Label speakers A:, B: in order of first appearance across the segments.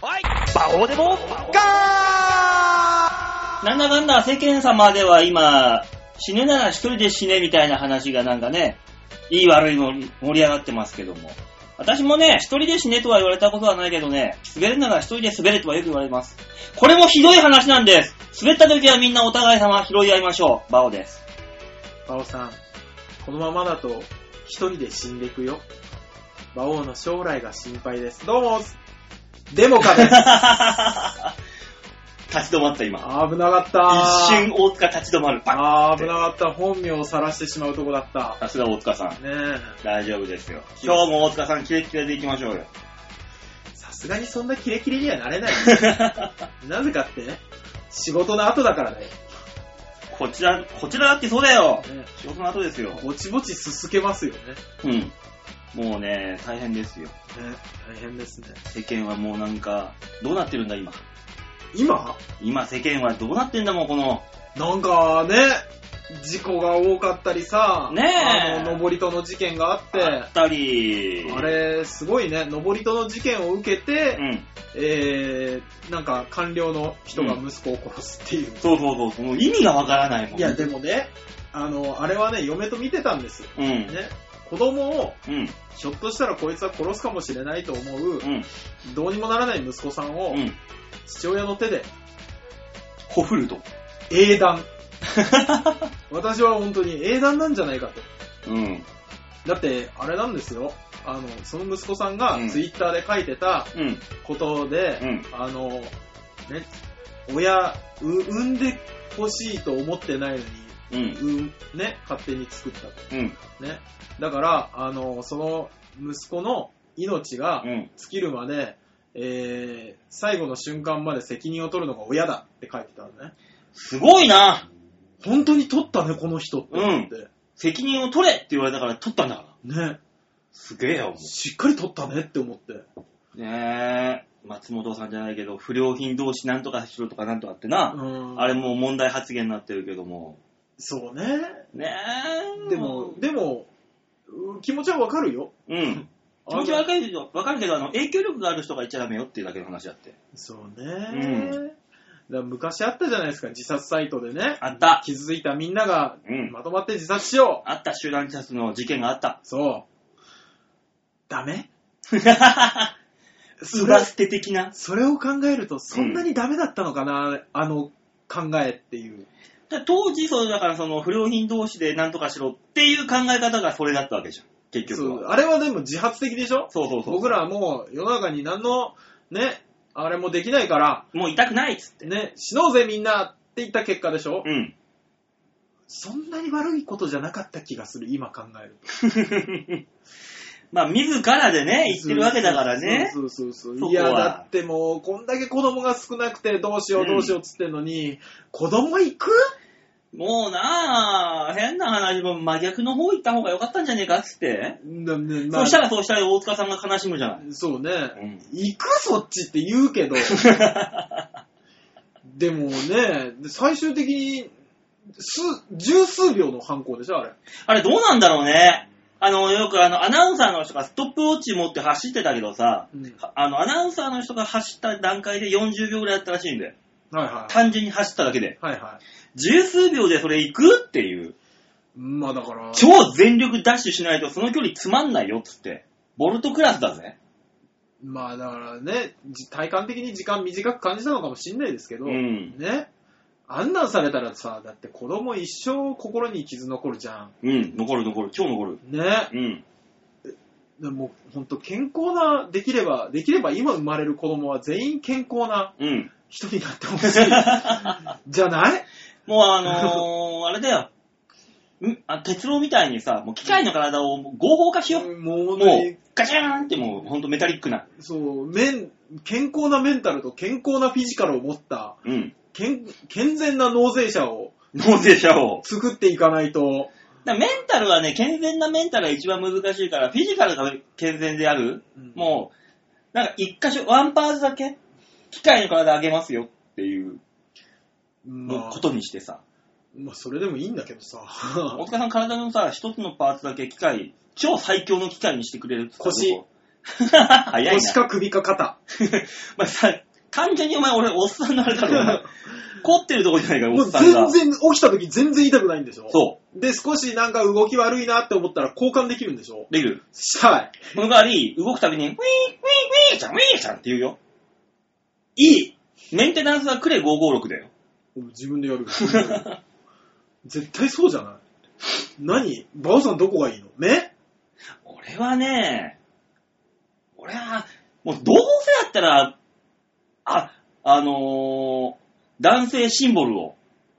A: こうでもガ
B: なんだかんだ世間様では今、死ぬなら一人で死ねみたいな話がなんかね、いい悪いも盛り上がってますけども。私もね、一人で死ねとは言われたことはないけどね、滑るなら一人で滑れとはよく言われます。これもひどい話なんです。滑った時はみんなお互い様拾い合いましょう。バオです。。
C: 馬王さん、このままだと一人で死んでいくよ。馬王の将来が心配です。どうもデモカです
B: 立ち止まった今。
C: あー危なかった。
B: 一瞬大塚立ち止まる。パ
C: あー危なかった。本名を晒してしまうとこだった
B: ッ。さすが大塚さん。
C: ね
B: 大丈夫ですよ。今日も大塚さんキレッキレでいきましょう よ。
C: え。さすがにそんなキレキレにはなれない。なぜかってね、仕事の後だからだよ。
B: こちら、こちらだってそうだよ。
C: ね
B: 仕事の後ですよ
C: え。ぼちぼちすすけますよね。
B: うん。もうね、大変ですよ。
C: ねえ大変ですね。
B: 世間はもうなんか、どうなってるんだ今。
C: 今
B: 今世間はどうなってんだもん、この。
C: なんかね、事故が多かったりさ、
B: ねえ
C: あの、登戸の事件があって、
B: あったり。
C: あれ、すごいね、登戸の事件を受けて、
B: うん。
C: えー、なんか官僚の人が息子を殺すっていう。
B: そうそうそう。その意味がわからないもん。
C: いや、でもね、あの、あれはね、嫁と見てたんです。ね、
B: うん。
C: 子供を、
B: うん。
C: ひょっとしたらこいつは殺すかもしれないと思う
B: う、ん。
C: どうにもならない息子さんを
B: う、ん。
C: 父親の手で
B: ほふると。
C: 英 断。私は本当に英断なんじゃないかと。
B: うん。
C: だって、あれなんですよ。あの、その息子さんが
B: うん
C: ツイッターで書いてた
B: うん。
C: ことで、
B: うん。
C: あの、ね、親、う産んでほしいと思ってないのに、
B: うん。
C: うん、ね、勝手に作ったと。
B: うん。
C: ね。だから、あの、その息子の命が
B: うん。
C: 尽きるまで、えー、最後の瞬間まで責任を取るのが親だって書いてたのね。
B: すごいな
C: 本当に取ったね、この人って思って。
B: 責任を取れって言われたから取ったんだから。
C: ね。
B: すげえよ、も
C: しっかり取ったねって思って。
B: う。ねえ。松本さんじゃないけど、不良品同士なんとかしろとかなんとかってな。
C: うん
B: あれもう問題発言になってるけども。
C: そうね。
B: ねえ。
C: でも、、でも、うん気持ちはわかるよ。
B: うん。気持ちわかるよ。わかるけど、あの、影響力がある人が言っちゃダメよっていうだけの話だって。
C: そう
B: うん
C: ね。だから昔あったじゃないですか、自殺サイトでね。
B: あった
C: 傷ついたみんなが
B: うん
C: まとまって自殺しよう。
B: あった集団自殺の事件があ った。
C: そう。ダメそれ
B: 裏、捨て的な。
C: それを考えると、そんなにダメだったのかな、あの考えっていう。
B: だ当時、そう、だからその不良品同士で何とかしろっていう考え方がそれだったわけじゃん。結局
C: そう
B: は。
C: あれはでも自発的でしょ
B: そうそうそう。
C: 僕らはもう世の中に何の、ね、あれもできないから、
B: もう痛くないっつって。
C: ね、死のうぜみんなって言った結果でしょ、
B: うん。
C: そんなに悪いことじゃなかった気がする、今考えると。
B: まあ、自らでね、言ってるわけだからね。
C: そうそうそうそ
B: そ
C: う。
B: こはい
C: や、だってもう、こんだけ子供が少なくて、どうしよ
B: う
C: うんどうしようっつってんのに、子供行く
B: もうなあ変な話も真逆の方行った方が良かったんじゃねえかっつって。
C: なね
B: そうしたらそうしたら大塚さんが悲しむじゃない。
C: そうね、
B: ん
C: 行くそっちって言うけ ど、でもね、最終的に、数、十数秒の犯行でしょ、あれ。
B: あれどうなんだろうね。あの、よくあの、アナウンサーの人がストップウォッチ持って走ってたけどさ、
C: うん
B: あの、アナウンサーの人が走った段階で40秒ぐらいだったらしいんだよ。
C: はいはい。
B: 単純に走っただけで。
C: はいは
B: 十数秒でそれ行くっていう。
C: い。まあだから、
B: 超全力ダッシュしないとその距離つまんないよっつって。ボルトクラスだぜ。
C: まあだからね、じ体感的に時間短く感じたのかもしんないですけど、
B: うん。
C: ね。あんなんされたらさ、だって子供一生心に傷残るじゃん。
B: うん。残る残る。超残る。
C: ね。
B: うん。
C: でもほんと健康な、できれば、できれば今生まれる子供は全員健康な
B: うん。
C: 人になってほしい。 じゃない
B: もうあのー、あれだよ。んあ鉄郎みたいにさ、もう機械の体を合法化しよう。
C: もう
B: も
C: ね
B: う、ガチャーンってもう、ほんとメタリックな。
C: そう、面、健康なメンタルと健康なフィジカルを持った、
B: うん。
C: 健健全な納税者を
B: 納税者を。
C: 作っていかないと、
B: だからメンタルはね、健全なメンタルが一番難しいから、フィジカルが健全である。
C: うん
B: もう、なんか一箇所、ワンパーツだけ、機械の体あげますよっていう
C: まあ
B: ことにしてさ。
C: まあ、それでもいいんだけどさ。
B: 大塚さん体のさ、一つのパーツだけ機械、超最強の 機械にしてくれるっつったとこ。早いな。
C: 腰か首か肩。
B: まあさ、完全にお前俺、おっさんのあれだろ お前、凝ってるとこじゃないか、
C: も
B: おっ
C: う
B: さんが
C: 全。然、起きた時全然痛くないんでしょ
B: そ
C: で、少しなんか動き悪いなって思ったら交換できるんでしょ
B: う、できる。
C: したい。
B: その代わり、動くたびに、ウィーン、ウィーン、ウィーンちゃん、ウィーンちゃんって言うよ。いい。メンテナンスはクレ556だよ。
C: 俺自分でやる。 絶対そうじゃない何バオさんどこがいいの目
B: 俺はね、俺は、もうどうせやったら、あ、あのー、男性シンボルを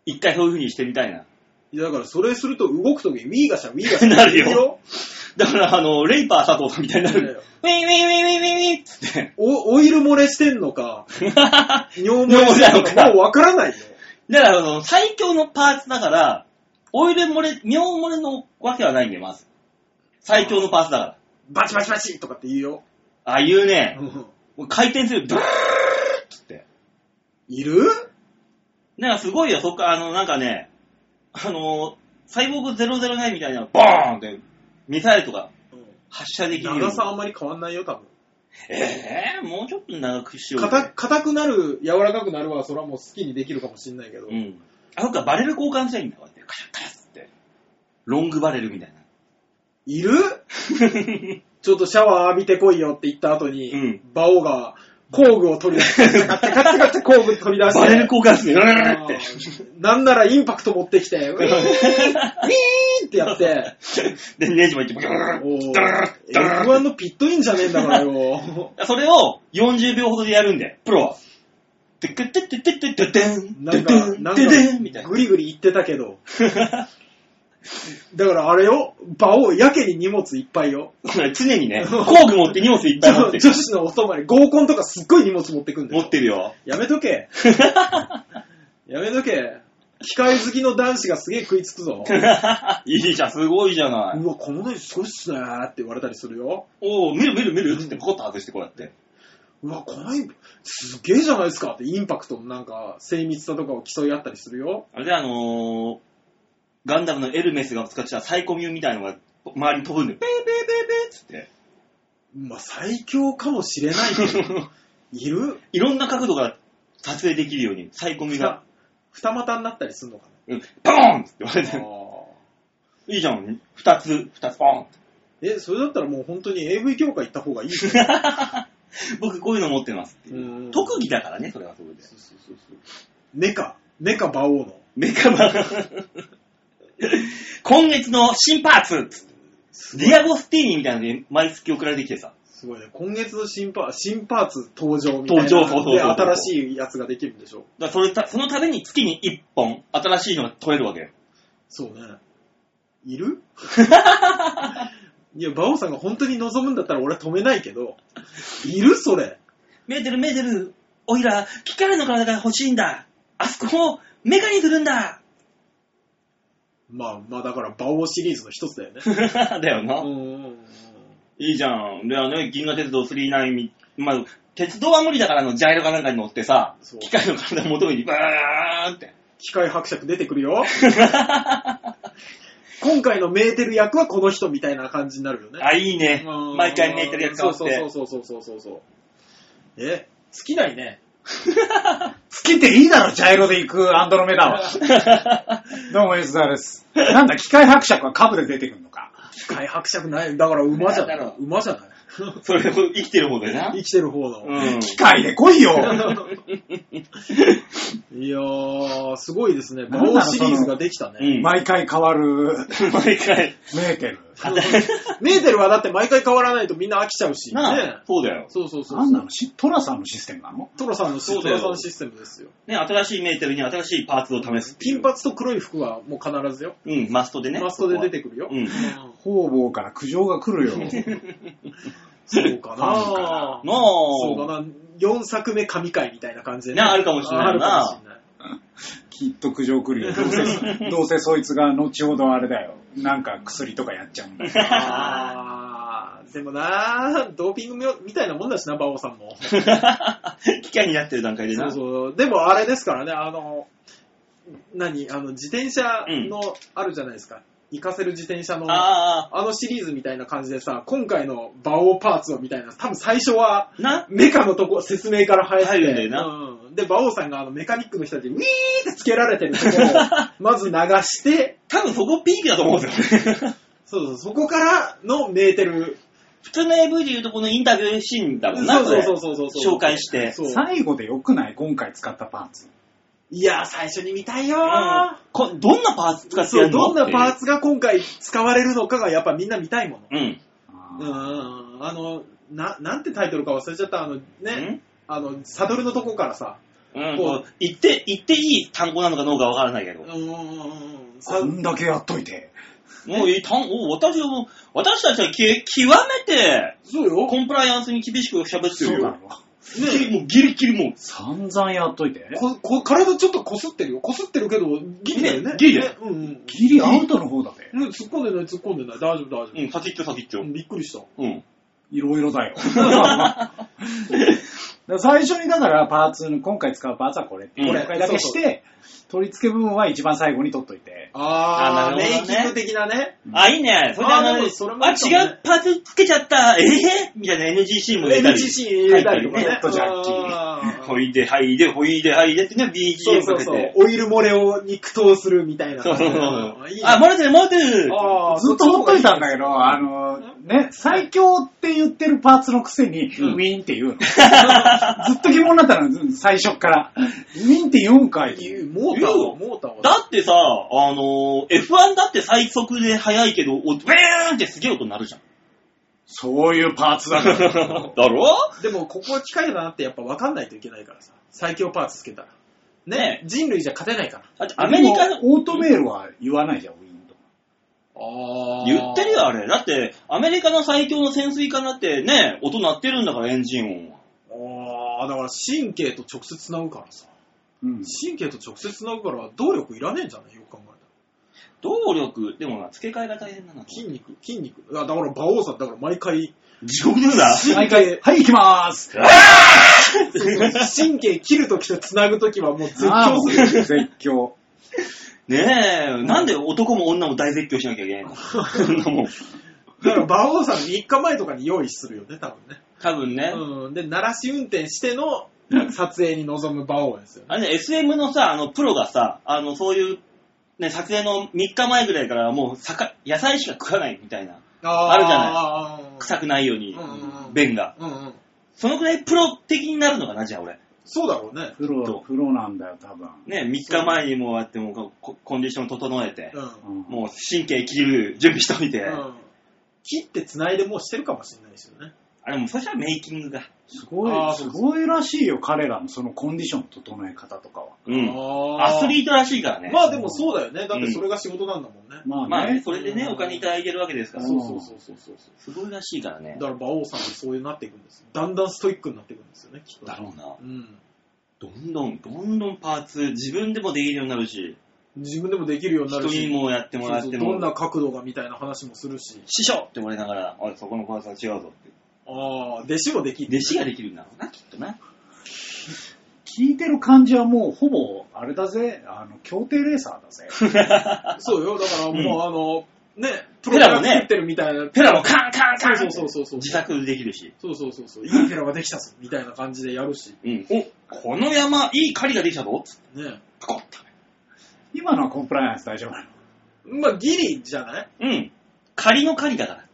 B: 一回そういう風にしてみたいな。
C: いやだからそれすると動くときウィーガシャ、ウィーガシャ。
B: なるよ。だから、あの、レイパー佐藤さんみたいにな
C: なる
B: る。
C: よ
B: ウィンウィンウィンウィンウィンウィンっつって。
C: お、オイル漏れしてんの か、尿
B: 漏
C: 漏
B: れ
C: れ
B: し
C: してて
B: ん
C: ん
B: の
C: の
B: か
C: か、もうわからないよ。
B: だから、その最強のパーツだから、オイル漏れ、尿漏れのわけはないんだよ、まず。最強のパーツだから。
C: バチバチバチとかって言うよ。
B: あ、言うね。
C: うん
B: もう回転する。ブーッつって。
C: いる
B: なんかすごいよ、そっから、あの、なんかね、あのー、サイボーグ009みたいな、ボーンって、ミサイルとか発射できるように。
C: 長さあんまり変わんないよ、多分。
B: えー、もうちょっと長くしようよ。
C: 硬硬くなる、柔らかくなるは、それはもう好きにできるかもしんないけど。
B: うん。あ、そっか、バレル交換したいんだ、こうやって。カシャッカシャッつって。ロングバレルみたいな。
C: いるちょっとシャワー浴びてこいよって言った後に、
B: うん
C: 馬王が工具を取り出 して、カッてカッてカッて工具取り出して、
B: バレル交換する。うー
C: あ
B: って。
C: ーなんならインパクト持って きて、ウィーンウィーンってやって、
B: で、ネジも行って、ブー
C: おー
B: ン、ドゥルーン、ドゥルーンって
C: F1 のピットインじゃねえんだから よ。
B: それを40秒ほどでやるんで、プロは。てってってってってってってん、
C: な
B: て
C: ん
B: って
C: か、
B: ん、
C: なん
B: てってん、み
C: か
B: たい、な。
C: ぐりぐり言ってたけど。だからあれよ、馬王、やけに荷物いっぱいよ。
B: 常にね、工具持って荷物いっぱい持って
C: 女
B: る。
C: 子のお泊まり、合コンとかすっごい荷物持ってくんだ
B: 持
C: よ。
B: ってるよ。
C: やめとけ。やめとけ。機械好きの男子がすげえ食いつくぞ。。
B: いいじゃん、すごいじゃないう
C: わ、このネジすごいっすねーって言われたりするよ。
B: おお見る見る見るっつってポコッと外してこうやって。
C: うわ、このインすげえじゃないですかってインパクトのなんか精密さとかを競い合ったりするよ。
B: あれであのー、ガンダムのエルメスが使ってたサイコミューみたいのが周りに飛ぶんで、ペーペーペーペーっつって。
C: まあ、最強かもしれないけど、いる
B: いろんな角度から撮影できるように、サイコミが、
C: 二股になったりするのか
B: うん、ポーンっつって 言われ
C: な。あ
B: て、
C: ー
B: いいじゃん、二つ、二つポーンって。
C: え、それだったらもう本当に AV 業界行った方がいいよ。
B: 僕こういうの持ってますっていうう。
C: ん
B: 特技だからね、それはそれで。
C: そうそうそうそうメカ、メカ馬王の。
B: メカマン。今月の新パーツつって
C: すごい
B: ディアゴスティーニみたいなので毎月送られてきてさ。
C: すごいね。今月の新パー新パーツ登場みたいな。
B: 登場そうそうそう
C: で、新しいやつができるんでしょ。
B: だからそれたそのために月に1本新しいのが取れるわけよ。
C: そうね。いる いや、馬王さんが本当に望むんだったら俺は止めないけど、いるそれ。
B: メーテル、メーテル、おいら、キカラの体が欲しいんだ。あそこをメカにするんだ。
C: まあ、まあだから馬王シリーズの一つだよね。
B: だよ
C: う
B: な。
C: んうんうん。
B: いいじゃん。で、あのね、銀河鉄道39み、まあ、鉄道は無理だからあのジャイロかなんかに乗ってさ、
C: そう
B: 機械の体を求めにバーンって。
C: 機械伯爵出てくる よ。今回のメーテル役はこの人みたいな感じになるよね。
B: あ、いいね。
C: うん
B: 毎回メーテル役変わって。
C: そうそうそうそうそうそうそう。え、尽きないね。尽きていいだろ、ジャイロで行くアンドロメダは。
A: どうも、吉沢です。なんだ、機械伯爵は株で出てくるのか。
C: 機械伯爵ない。だから馬じゃない
B: だろ。
C: 馬じゃない。
B: それを生きてる方だよな。
C: 生きてる方の。
B: うん。
A: 機械で来いよ
C: いやー、すごいですね。馬
A: なん
C: 王
A: なの
C: シリーズができたね。
B: うん。毎
A: 毎回変わる、
B: 回。
A: メーテル。
C: メーテルはだって毎回変わらないとみんな飽きちゃうし。ね
B: なあ、。そうだよ。
C: そうそうそう。
A: なんなのしトラさんのシステムなの
C: トラさんのシ
B: そう
C: ス
B: だ
C: ト
B: よ
C: ラさんシステムですよ。
B: ね、新しいメーテルに新しいパーツを試すってい
C: 金
B: う。
C: 髪と黒い服はもう必ずよ。
B: うん、マストでね。
C: マストで出てくるよ。
B: うん
A: 方々から苦情が来るよ。
C: そうかな
A: ファンか
B: な
C: そうか
B: あ。
C: な。4作目神回みたいな感じで
B: ねあるかもしれないな
C: あるかもしれない
A: きっと苦情来るよ。どうせ、どうせそいつが後ほどあれだよ。なんか薬とかやっちゃうんだよ。
C: あーでもなドーピングみたいなもんだしな、馬王さんも。そ
B: 機械になってる段階でな。
C: うそう。でもあれですからね、あの、何、あの、自転車の、あるじゃないですか。行かせる自転車の、あ
B: あ
C: のシリーズみたいな感じでさ、今回の馬王パーツをみたいな、多分最初は、
B: あ、な、
C: メカのとこ、説明から入って。
B: 入るんだよな
C: うんで、馬王さんがあのメカニックの人たちにウィーってつけられてるところを、まず流して、
B: 多分そこピークだと思うんですよ ね。
C: そうそう、そこからのメーテル。
B: 普通の AV で言うとこのインタビューシーンだもんな、
C: そうそう
B: こ
C: そうそうそう
B: 紹介して
C: そう
A: 最後でよくない今回使ったパーツ。
C: いやー、最初に見たいよ
B: れ
C: ー。
B: うんこどんなパーツ使って
C: そ
B: や
C: う、
B: るの
C: どんなパー
B: ツ
C: ツが今回使われるのかがやっぱみんな見たいもの。
B: うん。
A: あ
C: う
A: ー
C: んうんうん。あの、な、なんてタイトルか忘れちゃった、あのね、
B: ん
C: あの、サドルのとこからさ、
B: うん、
C: こう
B: こう言って、言っていい単語なのかどうかわからないけど。
C: うんうんうんうんさ
A: こんだけやっといて。
B: もういい単語、私はもう、私たちはき極めて、
C: そうよ。
B: コンプライアンスに厳しく喋って
A: そう
B: る
A: だ
B: よ。
A: ろ。
B: ギリもうギリギリもう。
A: 散々やっといて。
C: ここ体ちょっと擦ってるよ。擦ってるけど、ギリだよね
B: ね。ギリだよ
C: ねうんうん。
A: ギリアウトの方だぜ。
C: うん突っ込んでない、突っ込んでない。大丈夫、大丈
B: うん、先行って先行っ
C: 夫。
B: てよ
C: う。んびっくりした。
B: うん。
A: いろいろ だよ。だから最初にだからパーツの、今回使うパーツはこれって、
B: うん
A: これだけして、取り付け部分は一番最後に取っといて。
C: あー、
B: あなる
C: メ
B: ほ
C: イ
B: どね
C: キング的なね。
B: あ、いいね。それであの、
C: あ
B: あ、
C: で
B: 違
C: も
B: う
C: それもいいかもね
B: パーツつけちゃった、ええみたいな NGC も入れたり。
C: NGC 入れたりとか
B: 入
C: ね
B: っ。
A: たりねホットジャッキー
C: あ ー
B: ほいで、はいで、ほいで、はいでってね、
C: そう
B: BGM
C: そ
B: か
C: う
B: け
C: そう
B: て。。
C: オイル漏れを肉刀するみたいな。
B: そうそうそう。
C: いいね
B: あ、漏れてる、漏れてる
C: あー
A: ずっとほっといたんだけど、あの、ね、最強って言ってるパーツのくせに、
B: うん
A: ウィーンっ て言うの。ずっと疑問だったの、最初から。ウィーンって言うんかい。
C: 言うモーターは、モーターは。
B: だってさ、あのー、F1 だって最速で速いけど、おウェーンってすげえ音なるじゃん。
A: そういうパーツだから。
B: だろ
C: でも、ここは機械だなってやっぱ分かんないといけないからさ。最強パーツつけたら。
B: ね
C: ね人類じゃ勝てないから。
B: だって アメリカの
A: で、もオートメールは言わないじゃん、ウィーンとか。
C: あ
B: 言ってるよ、あれ。だって、アメリカの最強の潜水艦だってね、音鳴ってるんだから、エンジン音は。
C: ああ、だから神経と直接繋ぐからさ。
A: うん。
C: 神経と直接繋ぐから動力いらねえんじゃないよく考えたら。
B: 動力、でもな、付け替えが大変なの。
C: 筋肉、筋肉。あだから、馬王さん、だから毎回、
B: 地獄のようだ。
A: 毎回、はい、行きま ーす。
C: 神経切るときと繋ぐときはもう絶
A: あ
C: 叫
A: ーもう
C: する。
A: 絶叫。
B: ねえ、なんで男も女も大絶叫しなきゃいけないのそんなもん。
C: だから、馬王さん3日前とかに用意するよね、多分ね。
B: 多分ね。
C: うん。で、鳴らし運転しての撮影に臨む馬王ですよね。
B: あれね、SM のさ、あの、プロがさ、あの、そういう、ね、撮影の3日前ぐらいからもう、魚野菜しか食わないみたいな。
C: あ
B: あるじゃ
C: ない
B: 臭くないように
C: うんうんう、ん
B: 便が。
C: うんうん。
B: そのくらいプロ的になるのかな、じゃあ俺。
C: そうだろうね。
A: プ
B: どう
A: ロ、プロなんだよ、多分。
B: ね、3日前にもうやってもうココンディション整えて、
C: うん。
A: うん
B: もう神経切る準備しといて、
C: うん切って繋いでもうしてるかもしれないですよね。
B: あれもうそしたらメイキングが。
A: すご
C: あー
A: い、
C: そ
A: す
C: うです
A: ごいらしいよ、彼らのそのコンディションの整え方とかは。
B: うん。
C: あ
B: アス
C: ー
B: リートらしいからね。
C: まあでもそうだよね。だってそれが仕事なんだもんね。
A: まあね。
B: まあね、それでね、
C: うん
B: お金いただいてるわけですから
A: ん。
C: そうそうそうそうそうそう。
B: すごいらしいからね
C: だ。から馬王さんもそういうなっていくんですよ。だんだんストイックになっていくんですよね、きっと。
B: だろうな。
C: うん。
B: どんどん、どんどんパーツ、自分でもできるようになるし、
C: 自分でもできるようにな
B: 人
C: るし。
B: にもやってもらっ
C: そう
B: て
C: そうどんな
B: も、
C: 角度がみたいな話もするし。
B: 師匠って言われながら、おい、そこのパーツは違うぞって。
C: ああ、弟子もできる。
B: 弟子ができるんだろうな、きっとな。
A: 聞いてる感じはもうほぼ、あれだぜ、あの、競艇レーサー だぜ。
C: そうよ。だからもう、
B: うん
C: あの、ね、プ
B: ペ
C: ロ
B: ラ
C: が
B: もね
C: 作ってるみたいな。
B: ペラもカンカンカン
C: そうそうそうそう。
B: 自作できるし。
C: そうそうそうそう。いいペラができたぞ、みたいな感じでやるし。
B: うん。お、この山、いい狩りができたぞ。つって
C: ね。
B: パコッと。
A: 今のはコンプライアンス大丈夫なの
C: まあ、ギリじゃない
B: うん。仮の狩りだか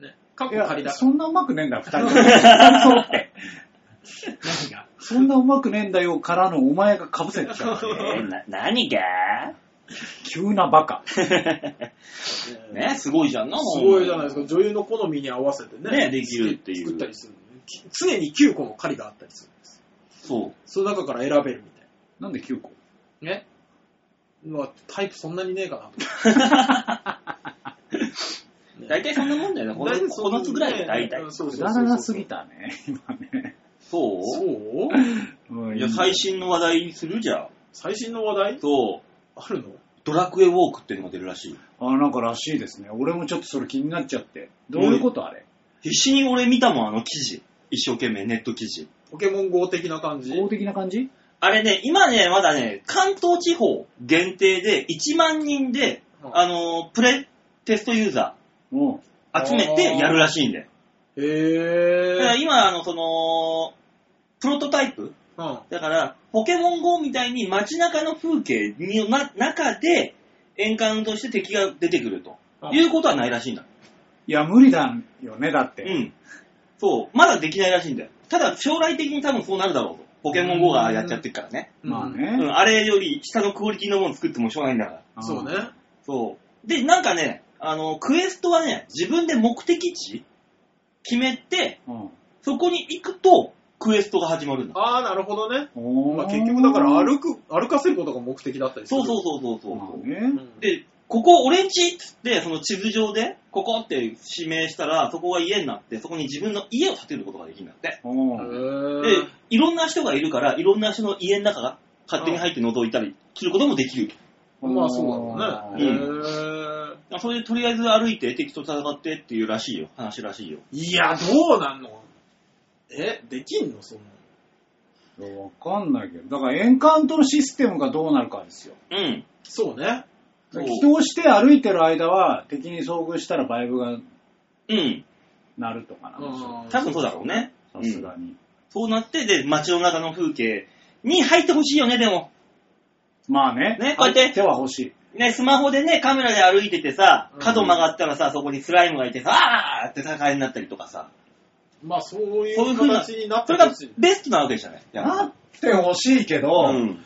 B: ら。
C: ね。過
A: い
C: 去仮
A: や、
C: だ。
A: そんなうまくねえんだよ、二人とも。 そうって。
C: 何が
A: そんなうまくねえんだよからのお前が被せ てた。
B: えー、な、何 が
A: 急なバカ。
B: ね、すごいじゃんな、
C: すごいじゃないですか。女優の好みに合わせてね。
B: ねできるっていう
C: 作ったりするのね、き常に9個の狩りがあったりするんです。
B: そう。
C: その中から選べるみたい
A: なんで9個
C: な。ね。まあ、タイプそんなにねえかなと。
B: 大体そんなもんだよね。この
C: 大体そんなもん
B: 9つぐらいで大体
C: う。んそう
A: く
C: そうそう
A: だ
C: そう
A: らなすぎ。たね、今ね。
B: そ
C: そうう
A: うん
B: いや、最。新の話題にするじゃん。
C: 最新の話題
B: そう。
C: あるの
B: ドラクエウォークっていうのが出るらしい。
A: あ、なんからしいですね。俺もちょっとそれ気になっちゃって。どういうことあれ
B: 必死に俺見たもん、あの記事。一生懸命、ネット記事。
C: ポケモン GO 的な感じ
A: 法的な感じ
B: あれね、今ね、まだね、関東地方限定で1万人で
C: うん
B: あの、プレテストユーザ
A: も
B: ー集めてやるらしいんで。
C: へ
B: だから
C: ぇー。
B: 今、あの、その、プロトタイプ
C: うん。
B: だから、ポケモン GO みたいに街中の風景に、な中で、エンカウントして敵が出てくると。
C: うん
B: いうことはないらしいんだ。
A: う、いや、無理だよね、だっ
B: う
A: て。
B: ん。そう。まだできないらしいんだよ。ただ、将来的に多分そうなるだろうと。ポケモン GO がやっちゃってるからね。
A: まあ
B: う
A: ね。
B: ん。あれより下のクオリティのもの作ってもしょうがないんだから。
C: うん。そうね。。
B: そう。で、なんかね、あの、クエストはね、自分で目的地決めて、
A: うん。
B: そこに行くと、クエストが始まるんだ。
C: ああ、なるほどね。
A: おー
C: まあ、結局だから歩く、歩かせることが目的だったりす
B: そ
C: る。
B: うそうそうそうそう。
A: まあ
C: う
A: ね。
C: ん。
B: で、ここ俺んちっつって、その地図上で、ここって指名したら、そこが家になって、そこに自分の家を建てることができるんだって。
A: お
C: へ
A: ー
B: で
C: ぇー。、
B: いろんな人がいるから、いろんな人の家の中が勝手に入って覗いたりすることもできる。
C: まあそうだろうね。へ
B: うん
C: ぇー。
B: それでとりあえず歩いて敵と戦ってっていうらしいよ。話らしいよ。
C: いや、どうなんのえ、できんのそんなの。
A: いやわかんないけど、だからエンカウントのシステムがどうなるかですよ。
B: うん。
C: そうね。
B: そう
A: 祈祷して歩いてる間は敵に遭遇したらバイブが
B: うん。
A: 鳴るとかなんでしょ
B: 多分そうだろう。ね。
A: う。さすがに。
B: そうなって、で、街の中の風景に入ってほしいよね、でも。
A: まあね。
B: ねこうやって
A: 手は欲しい。
B: ね、スマホでね、カメラで歩いててさ
C: う、ん
B: 角曲がったらさ、そこにスライムがいてさ、あーって戦いになったりとかさ。
C: まあそうい
B: そういう
C: う
B: 風な
C: 形になっ
B: そ
C: て
B: れが
C: ほしい。
B: ベストなわけじゃない。
A: なって欲しいけど、
B: うん。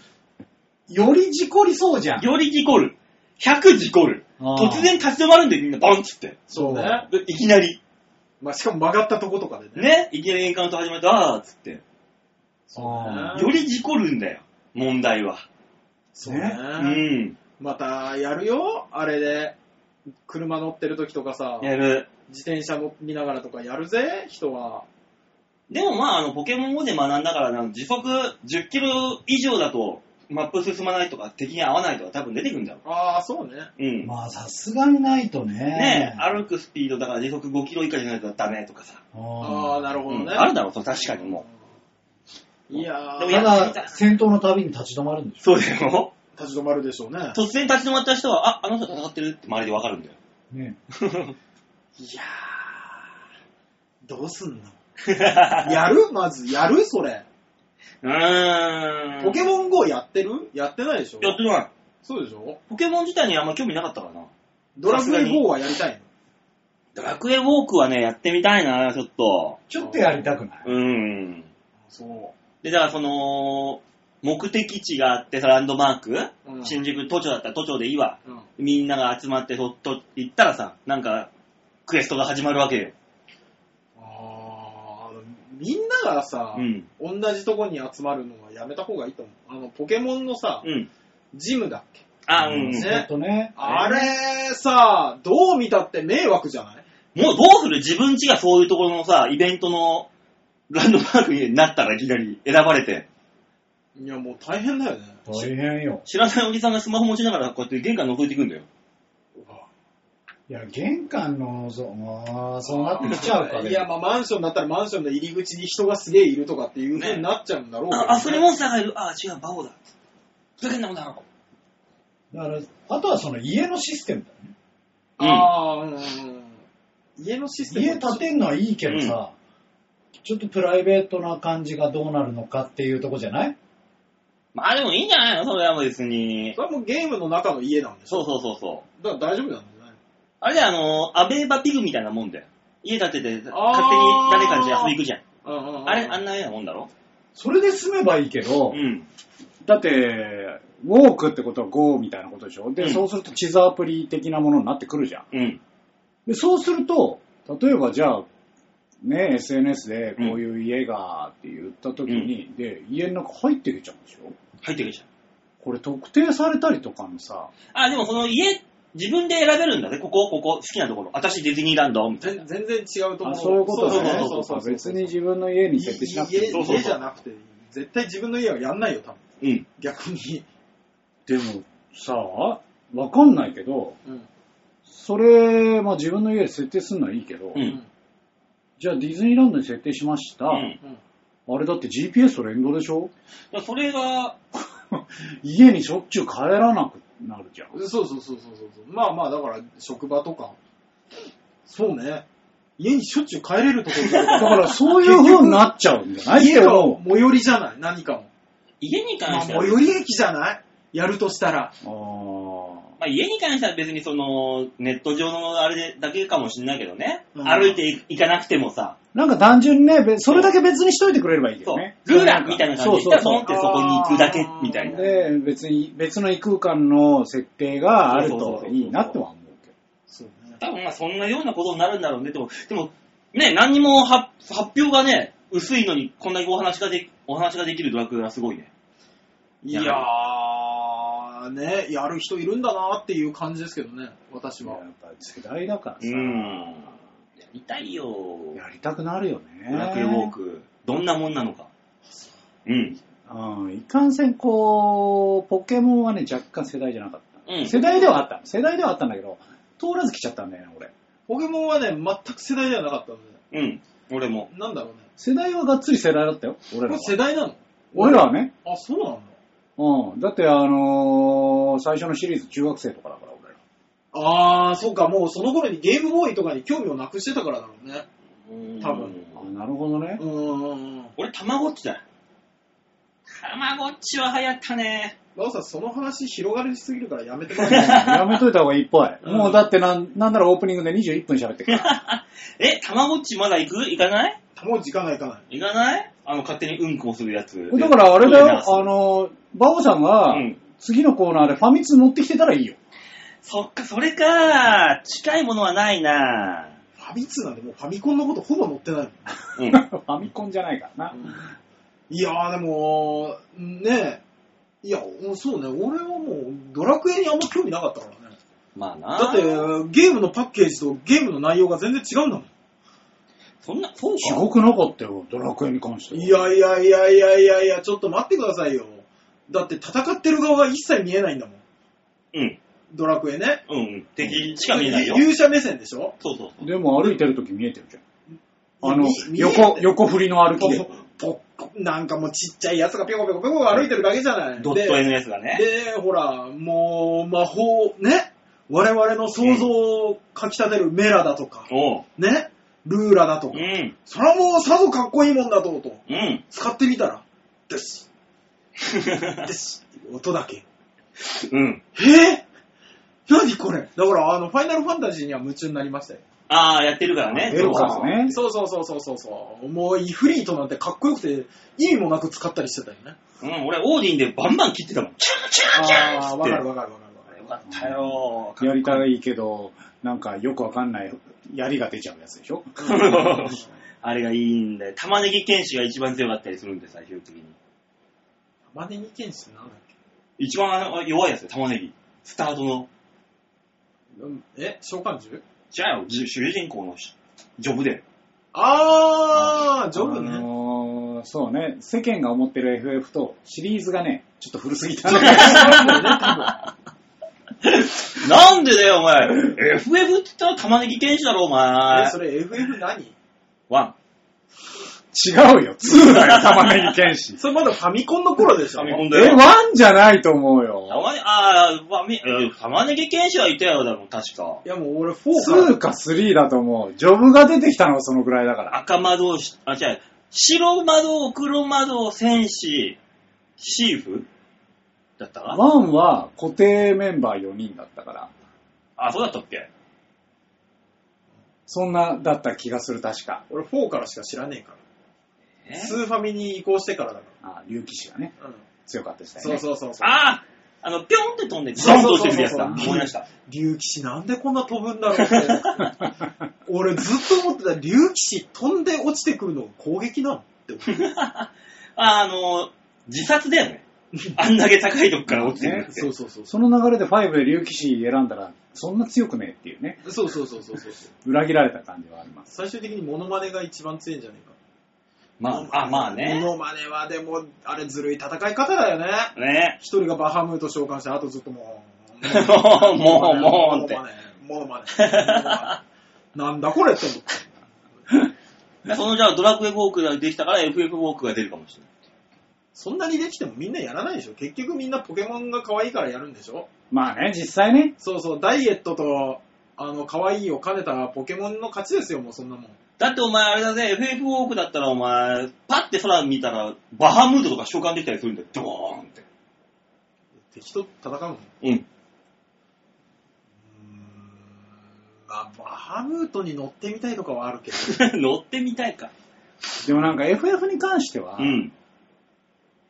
A: より事故りそうじゃん。
B: より事故る。100事故る。
A: あー
B: 突然立ち止まるんでみんなバンっつって。
C: そうね。
B: でいきなり。
C: まあしかも曲がったとことかでね。
B: ね。いきなりエンカウント始まって、あーっつって。
A: あー
B: より事故るんだよ。問題は。
C: そうね。
B: うん。
C: またやるよ、あれで。車乗ってる時とかさ、
B: やる。
C: 自転車乗りながらとかやるぜ、人は。
B: でもまあ、あの、ポケモン GO で学んだからな、時速10キロ以上だと、マップ進まないとか、敵に合わないとか多分出てくるんだろ
C: ああ、そうね。
B: う。うん。
D: まあ、さすがにないとね。
B: ねえ、歩くスピードだから時速5キロ以下じゃないとダメとかさ。
C: ああ、なるほど
B: うん
C: ね。
B: あるだろう、それ確かにも
C: いや
B: で
C: ー、
B: もや
D: た
B: っ
D: だ、戦闘のたびに立ち止まるんで
B: う。
D: し
B: そうだよ。
C: 立ち止まるでしょうね。
B: 突然立ち止まった人は、あ、あの人戦ってるって周りでわかるん だよ。
D: ょ。ね
C: いやー、どうすんのやるまず、やるそれ。
B: うーん。
C: ポケモン GO やってるやってないでしょ
B: やってない。
C: そうでしょ
B: ポケモン自体にあんま興味なかったからな。
C: ドラク
B: さす
C: エ
B: がに
C: GO はやりたい
B: ドラクエウォークはね、やってみたいな、ちょっと。
D: ちょっとやりたくないう
B: ーん。
C: のそ
B: で、だからその、目的地があってさ、ランドマーク、
C: う。うん。
B: 新宿都庁だったら都庁でいいわ。
C: うん
B: みんなが集まって、そっと行ったらさ、なんか、クエストが始まるわけよ。
C: あーみんながさ
B: う、ん。
C: 同じとこに集まるのはやめた方がいいと思う。あの、ポケモンのさ、
B: うん。
C: ジムだっけ
B: あ、うん。
D: ずっとね。
C: あれさ、どう見たって迷惑じゃない
B: もうどうする自分家がそういうところのさ、イベントのランドマークになったらいきなり選ばれて、
C: いや、もう大変だよね。
D: 大変よ。
B: 知らないおじさんがスマホ持ちながらこうやって玄関覗いていくんだよ。
D: いや、玄関の、そう、まあ、そうなってきちゃうから。
C: いや、まあマンションだったらマンションの入り口に人がすげえいるとかっていう風になっちゃうんだろうけどね、
B: あ、あ、それモンスターがいる。あ、違う、バオだ。ふざけんなもんだろ。
D: だから、あとはその家のシステムだよね。
C: あー、うんうんうん。家のシステム。
D: 家建てんのはいいけどさ、ちょっとプライベートな感じがどうなるのかっていうとこじゃない
B: まあでもいいんじゃないのそれはもう別に
C: そ。れはもうゲームの中の家なんでしょ
B: そうそうそうそう。
C: だから大丈夫なんじゃない
B: あれであの、アベーバピグみたいなもんだよ。家建てて、勝手に
C: あー
B: 誰かんち遊び行くじゃん。
C: うんうんうん
B: あれ、あんなようなもんだろ
D: それで住めばいいけど、
B: うん。
A: だって、ウォークってことは GO みたいなことでしょで、
B: うん
A: そうすると地図アプリ的なものになってくるじゃん。
B: うん。
A: で、そうすると、例えばじゃあ、ね、SNS でこういう家がって言った時に、で、家の中入ってきちゃうんでしょ
B: 入ってくるじゃん。
A: これ特定されたりとかのさ、
B: あ、でもその家、自分で選べるんだね。ここ、ここ、好きなところ。私ディズニーランド、みたいな
C: 全。全然違うと思う。
A: あそういうこと
B: だ
A: ね。
B: ね
C: そうそうそうそう。
A: 別に自分の家に設定しなくていい
C: 家
B: そうそうそう
C: 家じゃなくていい、絶対自分の家はやんないよ、多分。
B: うん。
C: 逆に。
A: でもさ、わかんないけど、
C: うん。
A: それ、まあ自分の家で設定するのはいいけど、
B: うん
A: じゃあディズニーランドに設定しました。
B: うん。
A: あれだって GPS と連動でしょ
B: それが、
A: 家にしょっちゅう帰らなくっなるじゃん。
C: そうそうそうそうそうそう。まあまあ、だから、職場とか。そうね。家にしょっちゅう帰れるところだ
A: だ
C: か
A: かららそういう風になっちゃうんじゃない
C: 家が
A: 思
C: 最寄りじゃない何かも。
B: 家に
C: ま
B: 関
C: あ、
B: して
C: 最
B: は、
C: 寄り駅じゃないやるとしたら。
A: う。ああ。
B: まあ、家に関しては別にその、ネット上のあれでだけかもしれないけどね。
C: うん
B: 歩いてい行かなくてもさ、
A: なんか単純にね、べそれだけ別にしといてくれればいいんだ
B: そ
A: よ
B: う
A: ね。、
B: ルーラーみたいな感じで、
A: そ
B: そう
A: そう
B: そ
A: そ
B: ポ
A: う
B: ンってそこに行くだけみたいな。
A: で、別に、別の異空間の設定がある
B: そうそうそう
A: と
B: そう
A: いいなとは思うけど。
C: そうね。
B: 多分まあそんなようなことになるんだろうね。でも、でもね、何にも発発表がね、薄いのにこんなにお話がでお話ができるドラクエはすごいね。
C: いやー、ね、やる人いるんだなっていう感じですけどね、私
A: や
C: は。
A: っぱり世代だからさ、
B: ん。やりたいよ。
A: やりたくなるよね。
B: ドラクエウォーク。どんなもんなのか。うん。
A: うん、いかんせんこう、ポケモンはね、若干世代じゃなかった。
B: うん
A: 世代ではあった。世代ではあったんだけど、通らず来ちゃったんだよね、俺。
C: ポケモンはね、全く世代じゃなかったので、
B: うん。俺も。
C: なんだろうね。
A: 世代はがっつり世代だったよ、俺
C: こ
A: ら
C: れ
A: は。
C: 世代なの
A: 俺らはね。
C: あ、そうなんだ。
A: うん。だって、あのー最初のシリーズ中学生とかだから、俺ら。
C: あー、そうか、もうその頃にゲームボーイとかに興味をなくしてたからだろうね。多分
A: あ、なるほどね
C: う。ーん。
B: 俺、たまごっちだ。たまごっちは流行ったね。
C: バオさん、その話広がりすぎるからやめてもらっていい
A: やめといた方がいいっぽい。
C: うん
A: もうだってなん、なんならオープニングで21分喋ってる から。
B: え、たまごっちまだ行く行かない
C: もう時間ないかない。
B: 行かないあの、勝手にうんこをするやつ。
A: だからあれだよ、あ
B: の、
A: のー、バオさんが
B: うん、
A: 次のコーナーでファミ通持ってきてたらいいよ。
B: そっか、それか。近いものはないな。
C: ファミ通なんでもうファミコンのことほぼ載ってないもん。
B: うん。
A: ファミコンじゃないからな。
C: いやーでも、ねえ、いや、そうね、俺はもう、ドラクエにあんま興味なかったからね。
B: まあな。
C: だって、ゲームのパッケージとゲームの内容が全然違うんだもん。
B: そんな、そう
A: 地
B: か。
A: 獄なかったよ、ドラクエに関しては。
C: いやいやいやいやいやいや、ちょっと待ってくださいよ。だって戦ってる側が一切見えないんだもん。
B: うん。
C: ドラクエね。
B: うん。敵しか見えないよ。
C: 勇者目線でしょ
B: そうそうそう。
A: でも歩いてる時見えてるじゃん。あの
C: み、見え
A: 横、横振りの歩
C: ポ
A: き
C: ッ
A: で。
C: ポッポなんかもうちっちゃいやつがピョコピョコピョコ歩いてるだけじゃない。
B: ドット
C: で
B: N やつがね。
C: で、ほら、もう、魔法、ね。我々の想像をかき立てるメラだとか、
B: おう。
C: ね。ルーラだと
B: う
C: か。
B: ん。
C: それはもうさぞかっこいいもんだと、と。
B: うん。
C: 使ってみたら、です。です。音だけ。
B: うん。
C: へぇ何これだから、あの、ファイナルファンタジーには夢中になりましたよ。
B: ああ、やってるからね。
A: 出るからね。
C: そうそうそうそうそうそう。もう、イフリートなんてかっこよくて、意味もなく使ったりしてたよね。
B: うん、俺、オーディンでバンバン切ってたもん。キャンキャンキャン
C: あー、
B: っつっ
C: わ
B: て。
C: かるわかるわかるわかる。
B: よかったよ。
A: やりたいけど、なんかよくわかんない槍が出ちゃうやつでしょ。
B: あれがいいんだよ。玉ねぎ剣士が一番強かったりするんで、最終的に。
C: 玉ねぎ剣士ってなんだっけ
B: 一番弱いやつよ、玉ねぎ。スタートの。
C: うんえ召喚獣
B: じゃあ、じ主人公のしジョブで。
C: あー、ジョブ
A: あ
C: ね。
A: のーそうね、世間が思ってる FF とシリーズがね、ちょっと古す ぎたね。
B: なんでだよ、お前。FF って言ったら玉ねぎ剣士だろ、お
C: え、
B: 前
C: そ。れ FF 何
B: ワン。
A: 違うよ、2だよ、玉ねぎ剣士。
C: それまだファミコンの頃でしょ
B: ファミコンだ
A: え、
B: よ。
A: 1じゃないと思うよ。
B: 玉ね、あー、まみ、え玉ねぎ剣士はいたよ、だろ、確か。
C: いやもう俺4か
A: 2か3だと思う。ジョブが出てきたのはそのくらいだから。
B: 赤窓をし、あ、違う、白窓、黒窓、戦士、シーフだったかな
A: 1は固定メンバー4人だったから、
B: あ、そうだったっけ
A: そんなだった気がする、確か。
C: ら。俺4からしか知らねえから。
B: え
C: スーファミに移行してからだか
A: あ、竜騎士がね、
C: ら。うん。
A: 強かった時代ね。
C: そうそうそうそう。
B: ああの、ぴょんって飛んで、ゾンと落ちてくるやつだ。
C: そうそうそうそう
B: 思い出した。
C: 竜騎士なんでこんな飛ぶんだろうって。俺ずっと思ってた竜騎士飛んで落ちてくるのが攻撃なのって思って。
B: あ、あの、自殺だよね。あんだけ高いとこから落ちてくるって。
C: そうそうそうそ
A: その流れで5で竜騎士選んだら、そんな強くねえっていうね、
C: う。そうそうそうそうそう。
A: 裏切られた感じはあります。
C: 最終的にモノマネが一番強いんじゃねえか。
B: まあ、あ、まあね。
C: モノマネはでも、あれずるい戦い方だよね。
B: ね
C: 一人がバハムート召喚して、あとずっともう。
B: もう、もう、もうって。
C: モノマネ。モノマネ。モノマネなんだこれって思って。
B: そのじゃあドラクエウォークができたから FF ウォークが出るかもしれない。
C: そんなにできてもみんなやらないでしょ結局みんなポケモンが可愛いからやるんでしょ
A: まあね、実際ね。
C: そうそう、ダイエットと、あの、可愛いを兼ねたポケモンの勝ちですよ、もうそんなもん。
B: だってお前あれだね、FF ウォークだったらお前、パッて空見たら、バハムードとか召喚できたりするんだよ。ドーンって。
C: 敵と戦うのう
B: うん。
C: ーん、まあ、バハムートに乗ってみたいとかはあるけど。
B: 乗ってみたいか。
A: でもなんか FF に関しては、
B: うん。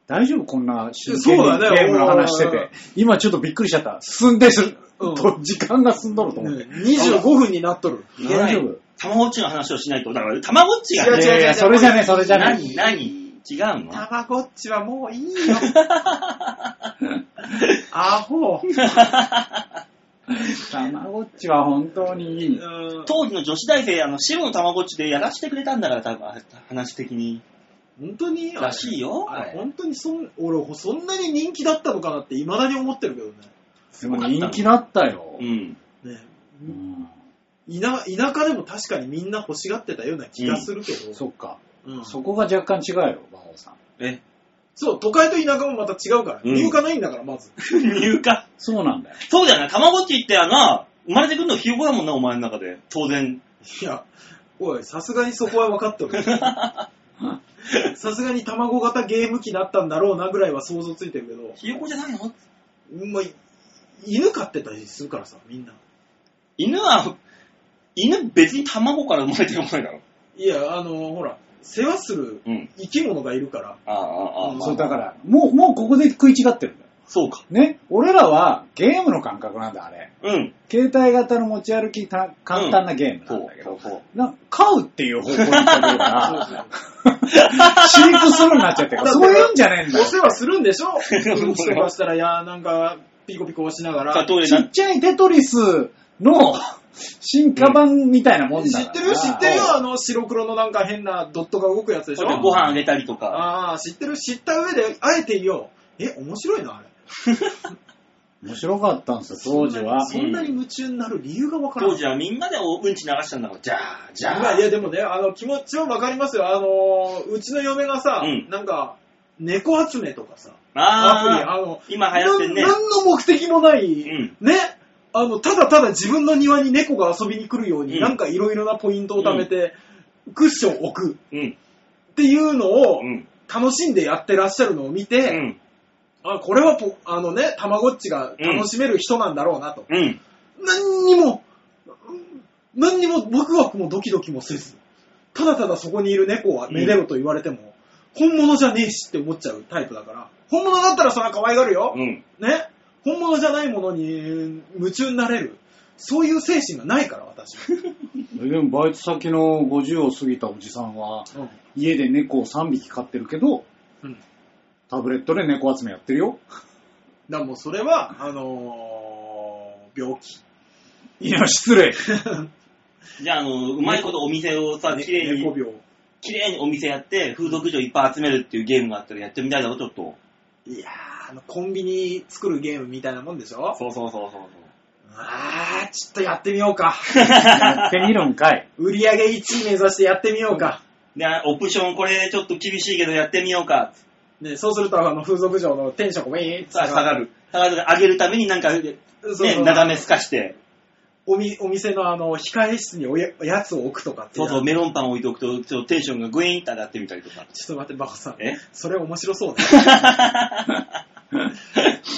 A: 大丈夫こんな真剣に
C: そうだね
A: ゲームの話して
C: うん
A: て。今ちょっとびっくりしちゃった。進んでる。
C: うん
A: と時間が進んどると思って。
C: 25分になっとる。
B: いけな
A: 大
B: い
A: 丈夫。
B: たまごっちの話をしないと。だから、たまごっちがね、
A: いやいやそれじゃねえ、それじゃね
B: 何、何違うの
C: たまごっちはもういいよ。アホ。
A: え。たまごっちは本当にいい。
B: 当時の女子大生、あの、白のたまごっちでやらしてくれたんだから、多分話的に。
C: 本当に
B: らしいよ。
C: あれ本当にそん、俺、そんなに人気だったのかなって未だに思ってるけど
A: でも人気だったよ
B: う。ん。
C: ね。ね
A: うん
C: 田田舎でも確かにみんな欲しがってたような気がするけど、
A: そっか。
C: うんそ
A: そこが若干違うよ、馬王さん。
B: え、
C: う都会と田舎もまた違うから、
B: うん
C: 入荷ないんだからまず
B: 入荷
A: そうなんだよ。
B: そうだよな、たまごっちってやな、生まれてくるのひよこだもんな、お前の中で。当然。
C: いやおいさすがにそこは分かっとるさすがに卵型ゲーム機だったんだろうなぐらいは想像ついてるけど
B: ひよこじゃないの
C: まあ、犬飼ってたりするからさみんな
B: 犬は、犬別に卵から生まれてるもんないだろ。
C: いやあのほら世話する
B: うん。
C: 生き物がいるから
B: ああ、ああ、ああ。
C: ん
A: そう、だから、もう、もうここで食い違ってるんだよ。
B: そうか。
A: ね。俺らはゲームの感覚なんだ、あれ。
B: うん。
A: 携帯型の持ち歩きた簡単なゲーム
B: そ
A: なん
B: う
A: だけど。
B: そうそう。
A: な飼うっていう方向に行ってくるか
C: そう
A: ら、
C: そう
A: 飼育するになっちゃってるから、そういうんじゃねえん
C: お
A: だよ。
C: 世話するんでしょうんちとかしたら、いやーなんか、ピコピコ押しなが
B: さあ、
C: ら。
B: トイレ
A: ち
B: な
A: っちゃいテトリス の進化版みたいなもん
C: 知
A: だ
C: っ
A: から
C: てる知ってるよあの、白黒のなんか変なドットが動くやつでし
B: そ
C: ょ
B: れでご飯あげたりとか。
C: ああ、知ってる知った上で、あえて言おう。え、面白いな、あれ。
A: 面白かったんですよ、当時は。
C: そんなに夢中になる理由がわからな
B: 当
C: い。
B: 時はみんなでおうんち流したんだから、じゃあ、じ
C: まあ
B: ゃ
C: い
B: あ。
C: や、でもね、あの、気持ちはわかりますよ。あのー、うちの嫁がさ、
B: うん
C: なんか、猫集めとかさ、アプリ、
B: ああ、
C: あの、
B: 今流行ってんね
C: な。ん何の目的もない、
B: うん
C: ね、あの、ただただ自分の庭に猫が遊びに来るように、
B: うん
C: なんかいろいろなポイントを貯めて、クッションを置く
B: うん。
C: っていうのを
B: うん。
C: 楽しんでやってらっしゃるのを見て、
B: うん。
C: あこれはポあのね、たまごっちが楽しめる人なんだろうなと。
B: うん。
C: 何にも、何にもワクワクもドキドキもせず、ただただそこにいる猫はめでろと言われても、本物じゃねえしって思っちゃうタイプだから、本物だったらそれは可愛がるよ。
B: うん。
C: ね、本物じゃないものに夢中になれる。そういう精神がないから、私は。
A: でもバイト先の50を過ぎたおじさんは、
C: うん
A: 家で猫を3匹飼ってるけど、
C: うん
A: タブレットで猫集めやってるよ。
C: だからもうそれは、あのー病 気。
A: いや、失礼。
B: じゃあ、あの、うまいことお店をさ、綺麗に
C: 猫、病。
B: 綺麗にお店やって、風俗嬢いっぱい集めるっていうゲームがあったらやってみたいだろ、ちょっと。
C: いやー、あの、コンビニ作るゲームみたいなもんでしょ
B: そうそうそうそうそう。
C: あー、ちょっとやってみようか。
A: やってみるんか い。
C: 売り上げ1位目指してやってみようか。
B: で、あオプションこれちょっと厳しいけどやってみようか。
C: ね、そうすると、あの、風俗嬢のテンションがウィーンって
B: さあ、下が。る。下がる。上げるためになんか、ね、
C: そうそう
B: 斜め透かして。
C: おみお店のあの、控え室におやおやつを置くとかってい
B: そううそう、メロンパン置いておくと、ちょっとテンションがグイーンって上がってみたりと か。
C: ちょっと待って、バカさん。
B: え
C: それ面白そうね。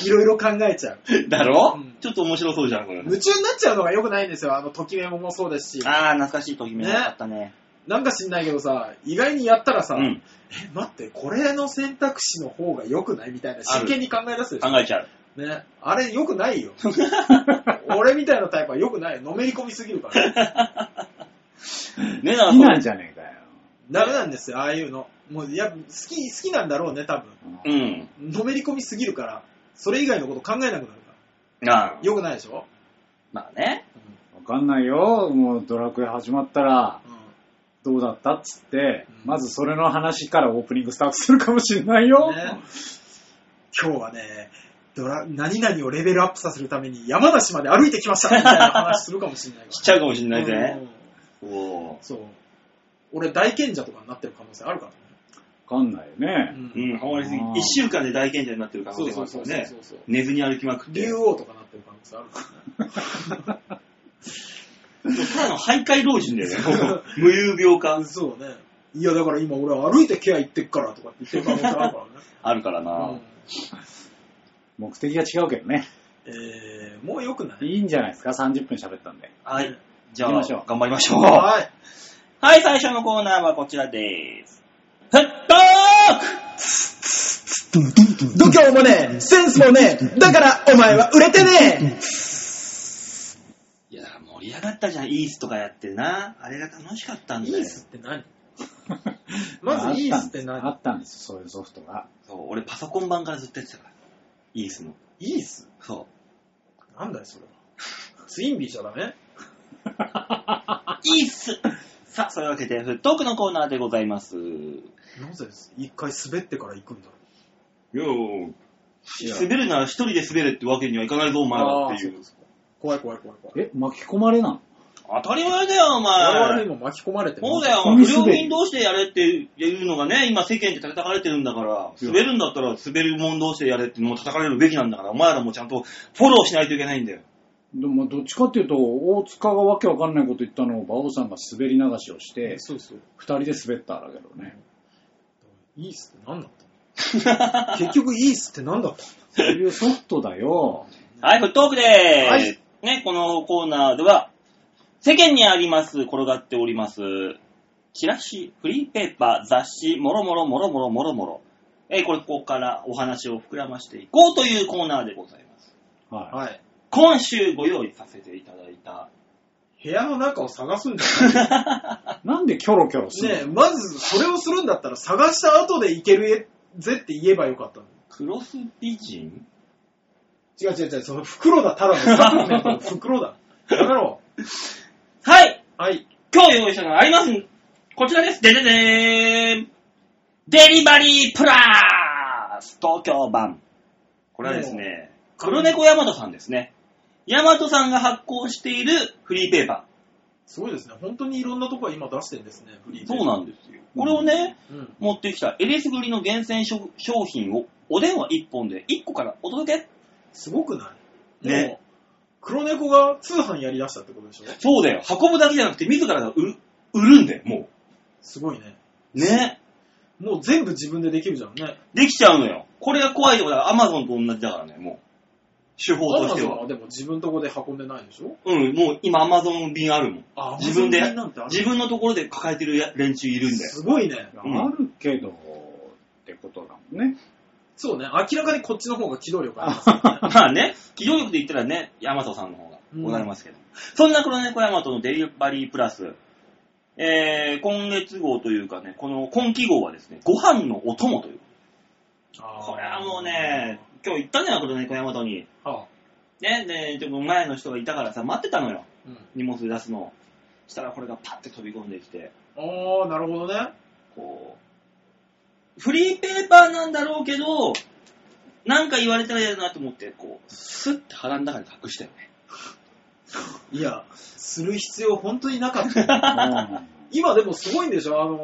C: いろいろ考えちゃう。
B: だろ、
C: うん
B: ちょっと面白そうじゃん、これ。
C: 夢中になっちゃうのが良くないんですよ。あの、ときめももそうですし。
B: あー、懐かしい時もなかったね。
C: なんか知んないけどさ、意外にやったら
B: う
C: さ、
B: ん、
C: え、待って、これの選択肢の方が良くないみたいな、真剣に考え出すでしょ。
B: 考えちゃう。
C: ね。あれ良くない よ。俺みたいなタイプは良くないよ。のめり込みすぎる から。
B: ねだから
A: 好きなんじゃねえかよ。
C: ダメなんですよ、ああいうの。もう、いや、好き、好きなんだろうね、多
B: そううん。
C: 分。のめり込みすぎるから、それ以外のこと考えなくなるから。
B: あー
C: 良くないでしょ、
B: まあね。
A: わかんないよ。もうドラクエ始まったら、
C: うん
A: どうだったっつって、
C: うん
A: まずそれの話からオープニングスタートするかもしれないよ。
C: ね、今日はねドラ、何々をレベルアップさせるために山梨まで歩いてきましたみたいな話するかもしれないか
B: しちゃうかもしんな
C: ら。
B: いぜ。
C: うん
B: おー
C: そう。俺大賢者とかになってる可能性あるからね。
A: かんないよ
C: う。
A: ね。
B: うんん、ハマりすぎ。
A: あー
B: 一週間で大賢者になってる可
C: そ
B: 能
C: う
B: 性も
C: そ
B: あ
C: う
B: るか
C: そ
B: ら
C: うそう
B: ね
C: そ。うそう。
B: 寝ずに歩きまくって。
C: 竜王とかなってる可能性あるからね。
B: もうただの徘徊老人だよね。無遊病
C: あ
B: 感
C: そうね。いや、だから今俺は歩いてケア行ってっからとかって言ってる可能性あるから ね。
B: あるから
C: う
B: な。
C: ん
A: 目的が違うけどね。
C: えー、もう良くない
A: いいんじゃないですか、30分喋ったんで。
B: はい。じゃあ、
A: 行きましょう
B: 頑張りましょう。は
C: はい。
B: い、最初のコーナーはこちらです。フットーク
C: 度胸もねえ、センスもねえ、だからお前は売れてね
B: いや、盛り上がったじゃん、イースとかやってな。あれが楽しかったん
C: え
B: だよ。
C: って何
A: あ
C: ま
A: っ
C: ずイー
A: たん
C: スって
A: あ
C: 何
A: ったんですよ、そういうソフトが。
B: そう、俺パソコン版からずっとやってたから。イースの。
C: イース
B: そ
C: なんだよ、それは。ツインビーじゃダメ
B: う。イースさあ、そういうわけで、フットークのコーナーでございます。よ
C: なぜ一回滑ってから行くんだろ
B: ー。
A: いや
B: 滑るなら一人で滑るってわけにはいかないぞ、お前はってい。
C: あーそうう。怖い怖い怖い怖い。
A: え、巻き込まれなの
B: 当たり前だよ、お
C: 我々
B: 前。
C: 今巻き込まれて
B: そう
C: よ。
B: だよ、
A: 踏み
B: 不
A: 滑
B: 良
A: り
B: 品同士でやれっていうのがね、今世間で叩かれてるんだから、
A: いや
B: 滑るんだったら滑る者同士でやれっていうのも叩かれるべきなんだから、お前らもちゃんとフォローしないといけないんだよ。
A: でも、どっちかっていうと、大塚がわけわかんないこと言ったのを、馬王さんが滑り流しをして、
C: そうそう。
A: 二人で滑ったんだけどね。
C: イースって何だったの結局イースって何だったの
A: そういうソフトだよ。
B: はい、フットークで
C: は
B: ーす
C: い。
B: ね、このコーナーでは、世間にあります、転がっております、チラシ、フリーペーパー、雑誌、もろもろもろもろもろもろ、えーこれ、ここからお話を膨らましていこうというコーナーでございます。
A: は
C: はい。
B: 今週ご用意させていただいた、
C: 部屋の中を探すんだよ。
A: い。なんでキョロキョロするの
C: ねえ、まずそれをするんだったら探した後で行けるぜって言えばよかったの。
B: クロス美人
C: 違う違う違う、その袋だ、ただのサプリメントの袋だ。やめろ。
B: はい、
C: はい。
B: 今日用意したのがあります。こちらです。でででーんデリバリープラス東京版。これはですね、黒猫ヤマトさんですね。ヤマトさんが発行しているフリーペーパ
C: すごいですね。本当にいろんなところ今出してるんですね、フリ
B: ー。
C: ー
B: そうなんですよ。これをね、
C: うん。
B: 持ってきたエリスグリの厳選商商品をお電話1本で1個からお届け。
C: すごくない
B: ね
C: もう黒猫が通販やりだしたってことでしょ
B: そうだよ。運ぶだけじゃなくて自らが売る売るんだよ、も
C: すごいね。
B: う。ね。
C: もう全部自分でできるじゃんね。
B: できちゃうのよ。これが怖いところだ。アマゾンと同じだからね、もう。手法
C: ア
B: とし
C: マ
B: て
C: ゾン
B: は
C: は。でも自分とこで運んでないでしょ
B: うん、もう今アマゾン便あるもん。
C: あ
B: 自分で
C: Amazon 便なんてある
B: 自分のところで抱えてるや連中いるんだよ。
C: すごいね。
B: うん
A: あるけど、ってことだもんね。
C: そうね。明らかにこっちの方が機動力ありますよね。
B: まあね、企業力で言ったらね、ヤマトさんの方がございますけど。そんな黒猫ヤマトのデリバリープラス、えー、今月号というかね、この今期号はですね、ご飯のお供という。
C: あー
B: これはもうね、今日行ったのよ、黒猫ヤマトに。
C: はあ
B: ね、で、ちょっと前の人がいたからさ、待ってたのよ。
C: うん
B: 荷物出すのを。したらこれがパッて飛び込んできて。
C: あー、なるほどね。
B: こう、フリーペーパーなんだろうけど、なんか言われたら嫌だなと思って、こう、スッて腹の中に隠したよね。
C: いや、する必要本当になかった。
A: う
C: 今でもすごいんでしょあの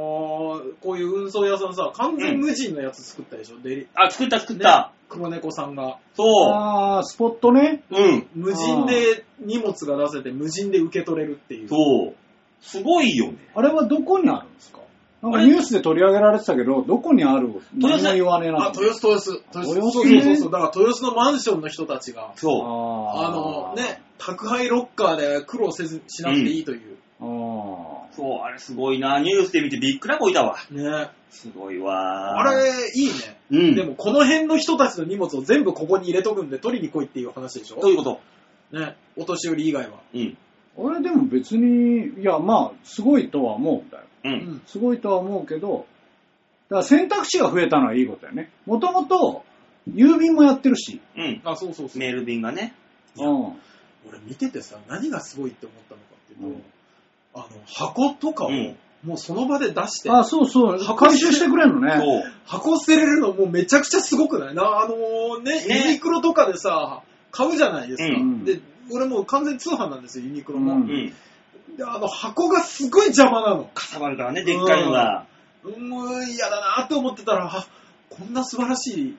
C: ー、こういう運送屋さんさ、完全無人のやつ作ったでしょ、デリ
B: あ、作った作った、
C: 黒猫さんが。
A: ん
B: そ
A: ああ、スポットね。
B: ううん、
C: 無人で荷物が出せて、無人で受け取れるっていう。
B: そう。すごいよね。
A: あれはどこにあるんですかなん
B: あ
A: か
B: れ
A: ニュースで取り上げられてたけど、どこにある
B: 豊
A: 何
B: 洲
A: も言わねえな
C: あ、
A: と思
C: 豊
A: って。
C: 洲、豊洲。豊洲。
A: 豊
C: そ
A: 洲
C: う
A: ね
C: そうそう。だから豊洲のマンションの人たちが、
B: そう。
A: あ
C: あのね、宅配ロッカーで苦労せず、しなくていいという。
A: あ
B: そう、あれすごいな。ニュースで見てびっくらこいたわ。
C: ね
B: すごいわ。
C: あれ、いいね。
B: うん。
C: でも、この辺の人たちの荷物を全部ここに入れとくんで取りに来いっていう話でしょ
B: どういうこと
C: ね。お年寄り以外は。
B: うん。
A: あ。俺でも別に、いやまあ、すごいとは思うんだよ。
B: う。
C: うんん。
A: すごいとは思うけど、だから選択肢が増えたのはいいことだよね。もともと、郵便もやってるし。
B: うん。
C: あ、そうそうそう。
B: メール便がね。
C: いや
A: うん。
C: 俺見ててさ、何がすごいって思ったのかっていうと、
A: うん
C: あの、箱とかを
B: うん
C: もうその場で出して、
A: あ、そうそう。回収してくれんのね。
B: そう。
C: 箱捨てれるのもうめちゃくちゃすごくないな、あのーね、
B: ね
C: ユニクロとかでさ、買うじゃないですか。
A: うん
C: で、俺もう完全に通販なんですよ、ユニクロも。
A: うん
B: うん。
C: で、あの箱がすごい邪魔なの。
B: かさばるからね、でっかいのが。
C: うん、もう嫌だなと思ってたら、あこんな素晴らしい、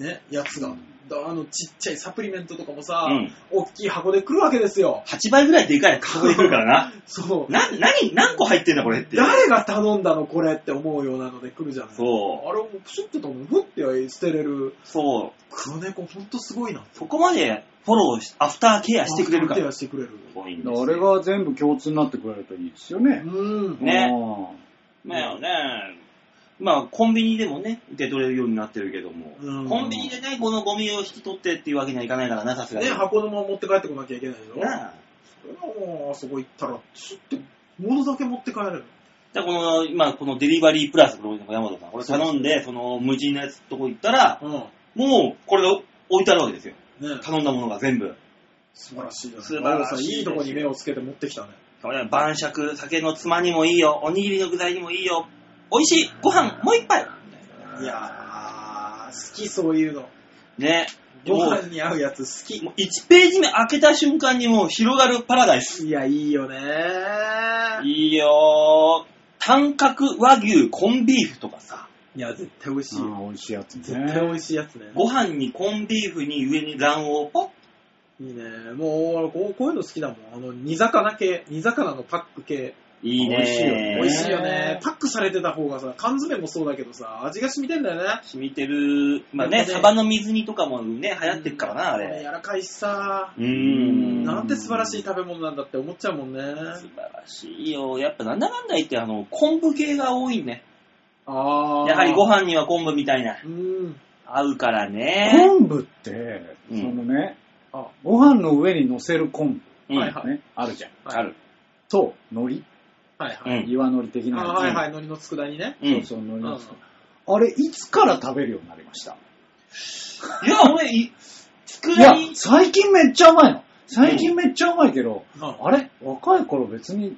C: ね、やつが、だあの、ちっちゃいサプリメントとかもさ、
B: うん
C: 大きい箱で来るわけですよ。
B: 8倍ぐらいでかい箱で来るからな。
C: そう。
B: な、何、何個入ってんだこれって。
C: 誰が頼んだのこれって思うようなので来るじゃない
B: そう。
C: あれをプシュッと頼むふって捨てれる
B: そう。
C: 黒猫ほんとすごいな。
B: そこまでフォローし、アフターケアしてくれるから。
C: 手
B: す
C: はしてくれる。
B: ごいんですよ
A: あれが全部共通になってくれるといいですよね。
C: うん。
B: ね
A: う
B: まあよね。まあ、コンビニでもね、受け取れるようになってるけども。
C: うん
B: コンビニでね、このゴミを引き取ってっていうわけにはいかないからな、さすがに。
C: ね、箱のまま持って帰ってこなきゃいけないでしょ。
B: なあ
C: それはもう、あそこ行ったら、スッて、物だけ持って帰れる。
B: じゃあこの、今、このデリバリープラス、この山田さん、これ頼んで、その無人のやつとこ行ったら、
C: うん。
B: もう、これが置いてあるわけですよ。
C: ね、
B: 頼んだものが全部。
C: 素晴らしいよね。
B: 素晴らしい
C: 青木さんいいとこに目をつけて持ってきたね。
B: これは晩酌、酒のつまにもいいよ、おにぎりの具材にもいいよ、美味しい、ご飯、もう一杯
C: いやー、好きそういうの。
B: ね。
C: ご
B: もう
C: 飯に合うやつ好き。
B: もう1ページ目開けた瞬間にもう広がるパラダイス。
C: いや、いいよねー。
B: いいよー。短角和牛コンビーフとかさ、
C: いや、絶対美味しい。
A: ん。あー美味しいやつね。
C: 絶対美味しいやつね。
B: ご飯にコンビーフに上に卵黄をポッ。
C: いいね。もうこう、こういうの好きだもん。あの、煮魚系、煮魚のパック系。
B: いいねー。
A: 美味しいよね
C: 美味しいよね。パックされてた方がさ、缶詰もそうだけどさ、味が染みてんだよね。
B: 染みてる、まあ
C: な
B: ね、
C: んかね
B: サバの水煮とかもね、流行ってるからな、あ
C: この柔
B: れ。
C: らかいしさ
B: う。ーん。
C: なんて素晴らしい食べ物なんだって思っちゃうもんね。
B: 素晴らしいよ。やっぱなんだかんだ言って、あの、昆布系が多いね。
C: あー。
B: やはりご飯には昆布みたいな。
C: うん。
B: 合うからね。
A: 昆布って、
B: うん
A: そのね、
C: あ、
A: ご飯の上に乗せる昆
B: うん
C: はいは
A: 布、ね、あるじゃん。
B: ある。
A: と、海
C: はいは
B: う
C: い。
A: 苔、
B: ん。
A: 岩海苔的
C: あー
A: なやつ。
C: はいはい、海苔の佃煮ね。
B: う。
A: そうんそ
C: う
A: う、海苔
C: ん。
A: のやつあれ、いつから食べるようになりました
B: いや、俺、い、
A: い
B: 佃
A: や
B: 煮、、
A: 最近めっちゃうまいの。最近めっちゃうまいけど、
C: うん
A: あれ若い頃別に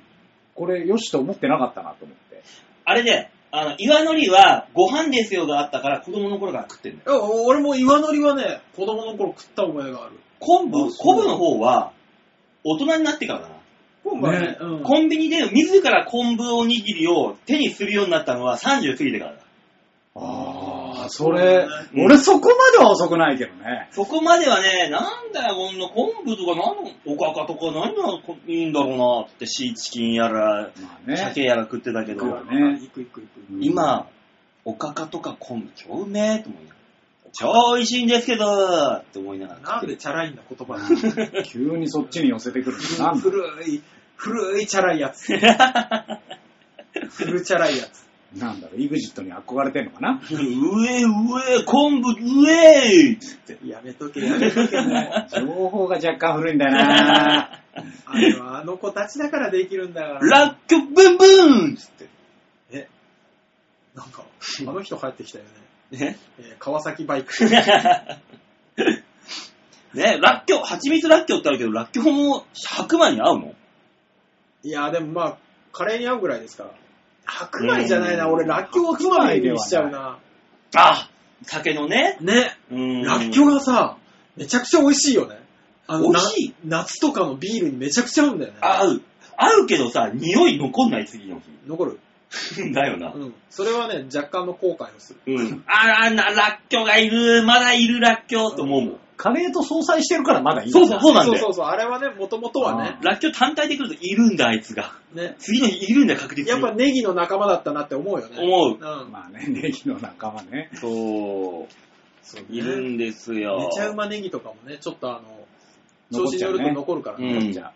A: これよしと思ってなかったなと思って。
B: あれで、あの、岩のりは、ご飯ですよがあったから、子供の頃から食ってんだよ。
C: いや俺も岩のりはね、子供の頃食った覚えがある。
B: 昆
A: あ
B: 布、
A: そう
B: 昆布の方は、大人になってからだな。
C: 今回
A: ね
C: ね、うん。
B: コンビニで自ら昆布おにぎりを手にするようになったのは30過ぎてからだ。
A: あ
C: ー
A: あ、それ、
B: うん
A: 俺そこまでは遅くないけどね。
B: そこまではね、なんだよ、こんな昆布とか、なんのおかかとか、何がいいんだろうなって、シーチキンやら、
A: まあね。
B: 鮭やら食ってたけ
A: 食う
B: ど
A: わ、ね
C: 行く行く行く。
A: うん、
B: 今、おかかとか昆布超うめえと思いながら、超美味しいんですけどって思いながら食
C: な
B: っ
C: ん
B: て
C: で
B: る。
C: チャラいんだ言葉に。
A: 急にそっちに寄せてくるのなんだ
C: 古い、古いチャラいや つ。古チャラいやつ。
A: なんだろう、イグジットに憧れてんのか な
B: うえうえ、昆布うえい
C: やめとけ、やめとけ ね。
A: 情報が若干古いんだよな
C: あれはあの子たちだからできるんだから。
B: ラッキョブンブンつって。
C: え、なんか、あの人帰ってきたよね。
B: ね
C: えー川崎バイク。
B: ね、ラッキョ、蜂蜜ラッキョってあるけど、ラッキョも白米に合うの
C: いや、でもまあ、カレーに合うぐらいですから。白米じゃないな、
B: うん
C: 俺、らっきょうおつまみにしちゃうな。
B: あ酒のね。
C: ね、
B: うん
C: らっきょうがさ、めちゃくちゃ美味しいよね。あの
B: 美味しい
C: な夏とかのビールにめちゃくちゃ合うんだよね。
B: 合う。合うけどさ、匂い残んない次の
C: 残る。
B: 日。だよな
C: う。ん。それはね、若干の後悔をする。
B: うん。あら、な、らっきょがいる、まだいるらっきょと思うもん。
A: カレーと相殺してるからまだいい。
B: そうそう、そうなん
C: そう
B: だ
C: そう
B: よ。
C: そう、あれはね、もともとはね
A: あ、
B: らっきょ単体で来るといるんだ、あいつが。
C: ね、
B: 次の日いるんだ、確実に。
C: やっぱネギの仲間だったなって思うよね。
B: 思う。
C: うん。
A: まあね、ネギの仲間ね。
B: そう。
C: そうね
B: いるんですよ。
C: めちゃうまネギとかもね、ちょっとあの、調
A: 残っ
C: 子に
A: ちゃ
C: よ
A: う
C: ると
A: ね。
C: 残るから
B: う
C: ね。
B: ん
A: じゃあ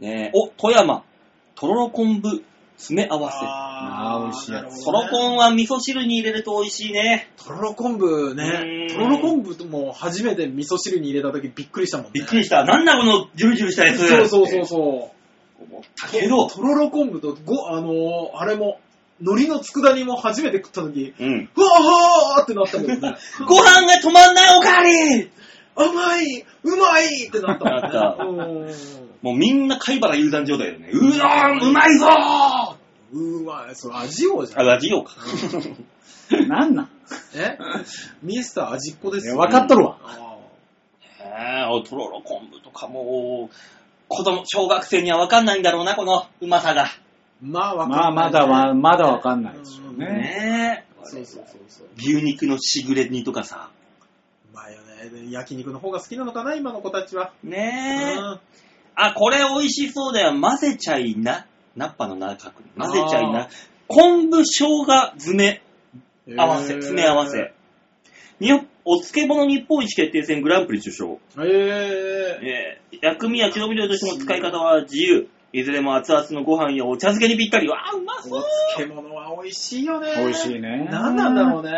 B: ねえお、富山。とろろ昆布詰め合わ
A: あー美味しいやつ
C: なるほどね
B: せ。とろこんは味噌汁に入れると美味しいね。
C: とろろ昆布
B: う
C: ね
B: ん。
C: とろろ昆布とも初めて味噌汁に入れた時びっくりしたもんね。
B: びっくりした。なんだこのジュルジュルしたやつ。
C: そうそうそうそう。
B: 思ったけど。
C: とろろ昆布とご、あのーあれも、海苔の佃煮も初めて食った時、
B: うん。
C: うわーってなったもん ね。
B: ご飯が止まんないおかわり
C: 甘いうまいってなった
B: なった
C: もんね。
B: もうみんな貝原油断状態だよね。うどんうまいぞーあ、
C: うんうわそう、味王じゃん。
B: ラジオか。
A: なんなん
C: えミエスター味っ子です
A: いや分かっとるわ。
C: あ
B: えおとろろ昆布とかもう、子供、小学生には分かんないんだろうな、このうまさが。
C: ーまあわかんない
A: まあ、まだは、まだわかんないですよ
C: うん
A: ね。
B: ねえ。
C: そうそうそうそう。
B: 牛肉のしぐれ煮とかさ。
C: うまいよね。焼肉の方が好きなのかな、今の子たちは。
B: ねえ。
C: うん
B: あ、これ美味しそうだよ。混ぜちゃいな。ナッパの中く
C: あー
B: 混ぜちゃいな。昆布生姜詰め合わせ、
C: へー
B: 詰め合わせ。にお漬物日本一決定戦グランプリ受賞。
C: へえ。
B: えー薬味や調味料としても使い方は自由。いずれも熱々のご飯やお茶漬けにぴったり。わあ、うま
C: お
B: そう
C: 漬物は美味しいよね。
A: 美味しいね。
C: 何なんだろうね。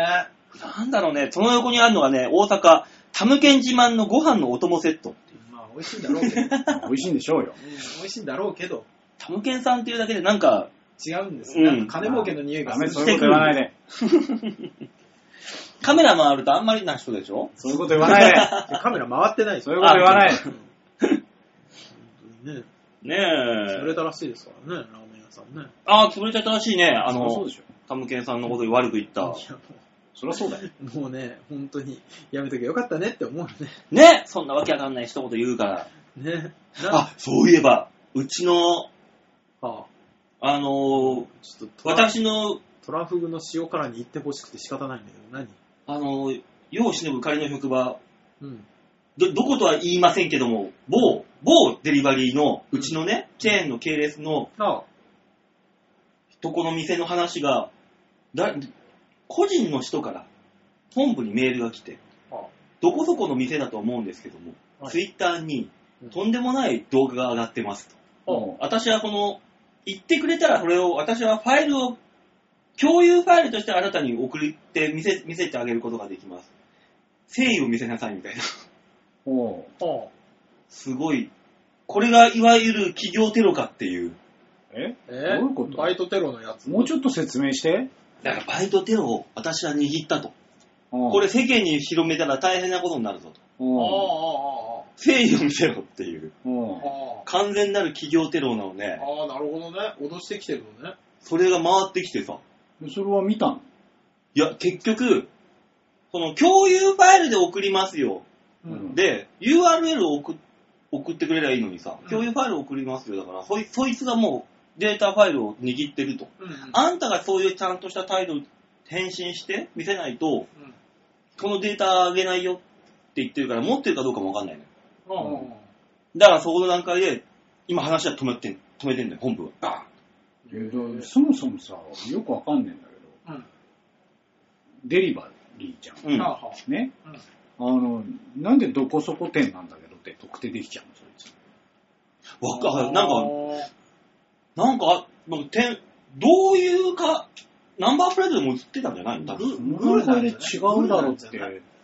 B: なんだろうね、その横にあるのがね、大阪、タムケン自慢のご飯のお供セット。
C: まあ美味しいんだろうけど。うん
A: 美味しいんでしょうよ。
C: 美味しいんだろうけど、
B: タムケンさんっていうだけでなんか、
C: 違うんです。
B: うん
C: なんか金儲けの匂いが
A: ダ
C: す
A: メ、
C: る。
A: そういうこと言わないで。
B: カメラ回るとあんまりな人でしょ
A: そういうこと言わない
C: カメラ回ってない
A: で。そういうこと言わないで。
C: ね、
B: ね
C: それ
B: え。
C: たらしいですからね、ラーメン屋さんね。
B: ああ、潰れちゃったらしいね。あ
A: そりゃそう
B: の
A: で、しょ。
B: タムケンさんのことに悪く言った。
C: いや
A: そりゃそうだよ。
C: もうもうね、本当にやめときゃよかったねって思うよ
B: ねそんなわけわかんない一言言うから。
C: ね。ね。な
B: あ、そういえば、うちの、
C: あ
B: あのー
C: ちょっとトラ
B: 私の、
C: トラフグの塩辛に行ってほしくて仕方ないんだけど、何
B: あのー、世を忍ぶ仮の職場、
C: うん。
B: ど、どことは言いませんけども、某、某デリバリーの、うちのね、チェーンの系列の、
C: あ
B: とこの店の話が、だ個人の人から本部にメールが来て
C: あ、
B: どこそこの店だと思うんですけども、
C: はい
B: ツイッターに
C: うん
B: とんでもない動画が上がってますと。
A: も
B: 私はこの、言ってくれたらそれを、私はファイルを、共有ファイルとしてあなたに送って見せ見せてあげることができます。誠意を見せなさいみたいな。
A: う、も
C: あ
B: すごい。これがいわゆる企業テロかっていう。
A: う、え
C: え
A: どういうこと
C: バイトテロのやつ。
A: もうちょっと説明して。
B: だからバイトテロを私は握ったと。こ
A: こ
B: れ、世間に広めたら大変なことになるぞと。
C: ああ、あ
A: う
B: 誠意を見せろっていう。
A: ん。
C: あ、ああ。
B: 完全なる企業テロなのね。
C: ああ、なるほどね。脅してきてるのね。
B: それが回ってきてさ。
A: でそれは見たの
B: いや、結局、その共有ファイルで送りますよ。
A: うん
B: で、URL を送送ってくれりゃいいのにさ
C: う、ん
B: 共有ファイルを送りますよ。だからそい、そいつがもうデータファイルを握ってると。
C: うん。うん
B: あんたがそういうちゃんとした態度、返信して見せないと、
C: うん
B: このデータあげないよって言ってるから、持ってるかどうかもわかんないの、よ。
C: ああ
B: だからそこの段階で、今話は止めてん、止めてんだよ、本部は。バーン
A: えーとそもそもさ、よくわかんねえんだけど、
C: うん
A: デリバリーじゃ。
B: うんん
C: はあはあ
A: ね。あの、なんでどこそこ店なんだけどって特定できちゃうのそいつ。
B: わかなん
C: あ
B: か、なんか、なんかてんどういうか、ナンバープレートでも映ってたんじゃないの多
C: う
B: 分。
A: そ
C: ん
A: の中で違うだろうって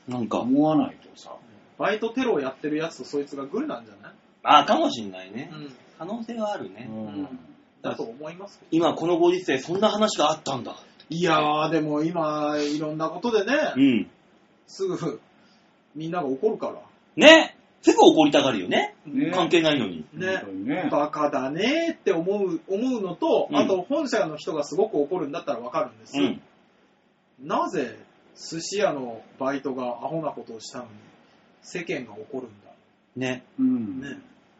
B: なんか、
A: 思わないとさ、
C: バイトテロをやってるやつとそいつがグルなんじゃない
B: あかもしんないね。
C: ん。
B: 可能性はある
A: う
B: ね。
A: ん
C: だと思いますけど。
B: 今このご時世、そんな話があったんだ。
C: いやー、でも今、いろんなことで
B: う
C: ね、
B: ん。
C: すぐ、みんなが怒るから。
B: ねすぐ怒りたがるよね。
A: ね
B: 関係ないのに。
A: 本
C: ね
A: 当。にね。
C: バカだねーって思う、思うのと、
B: うん
C: あと本社の人がすごく怒るんだったらわかるんです
B: う
C: よ。
B: ん。
C: なぜ寿司屋のバイトがアホなことをしたのに世間が怒るんだ
B: ね。
A: うん。
C: ね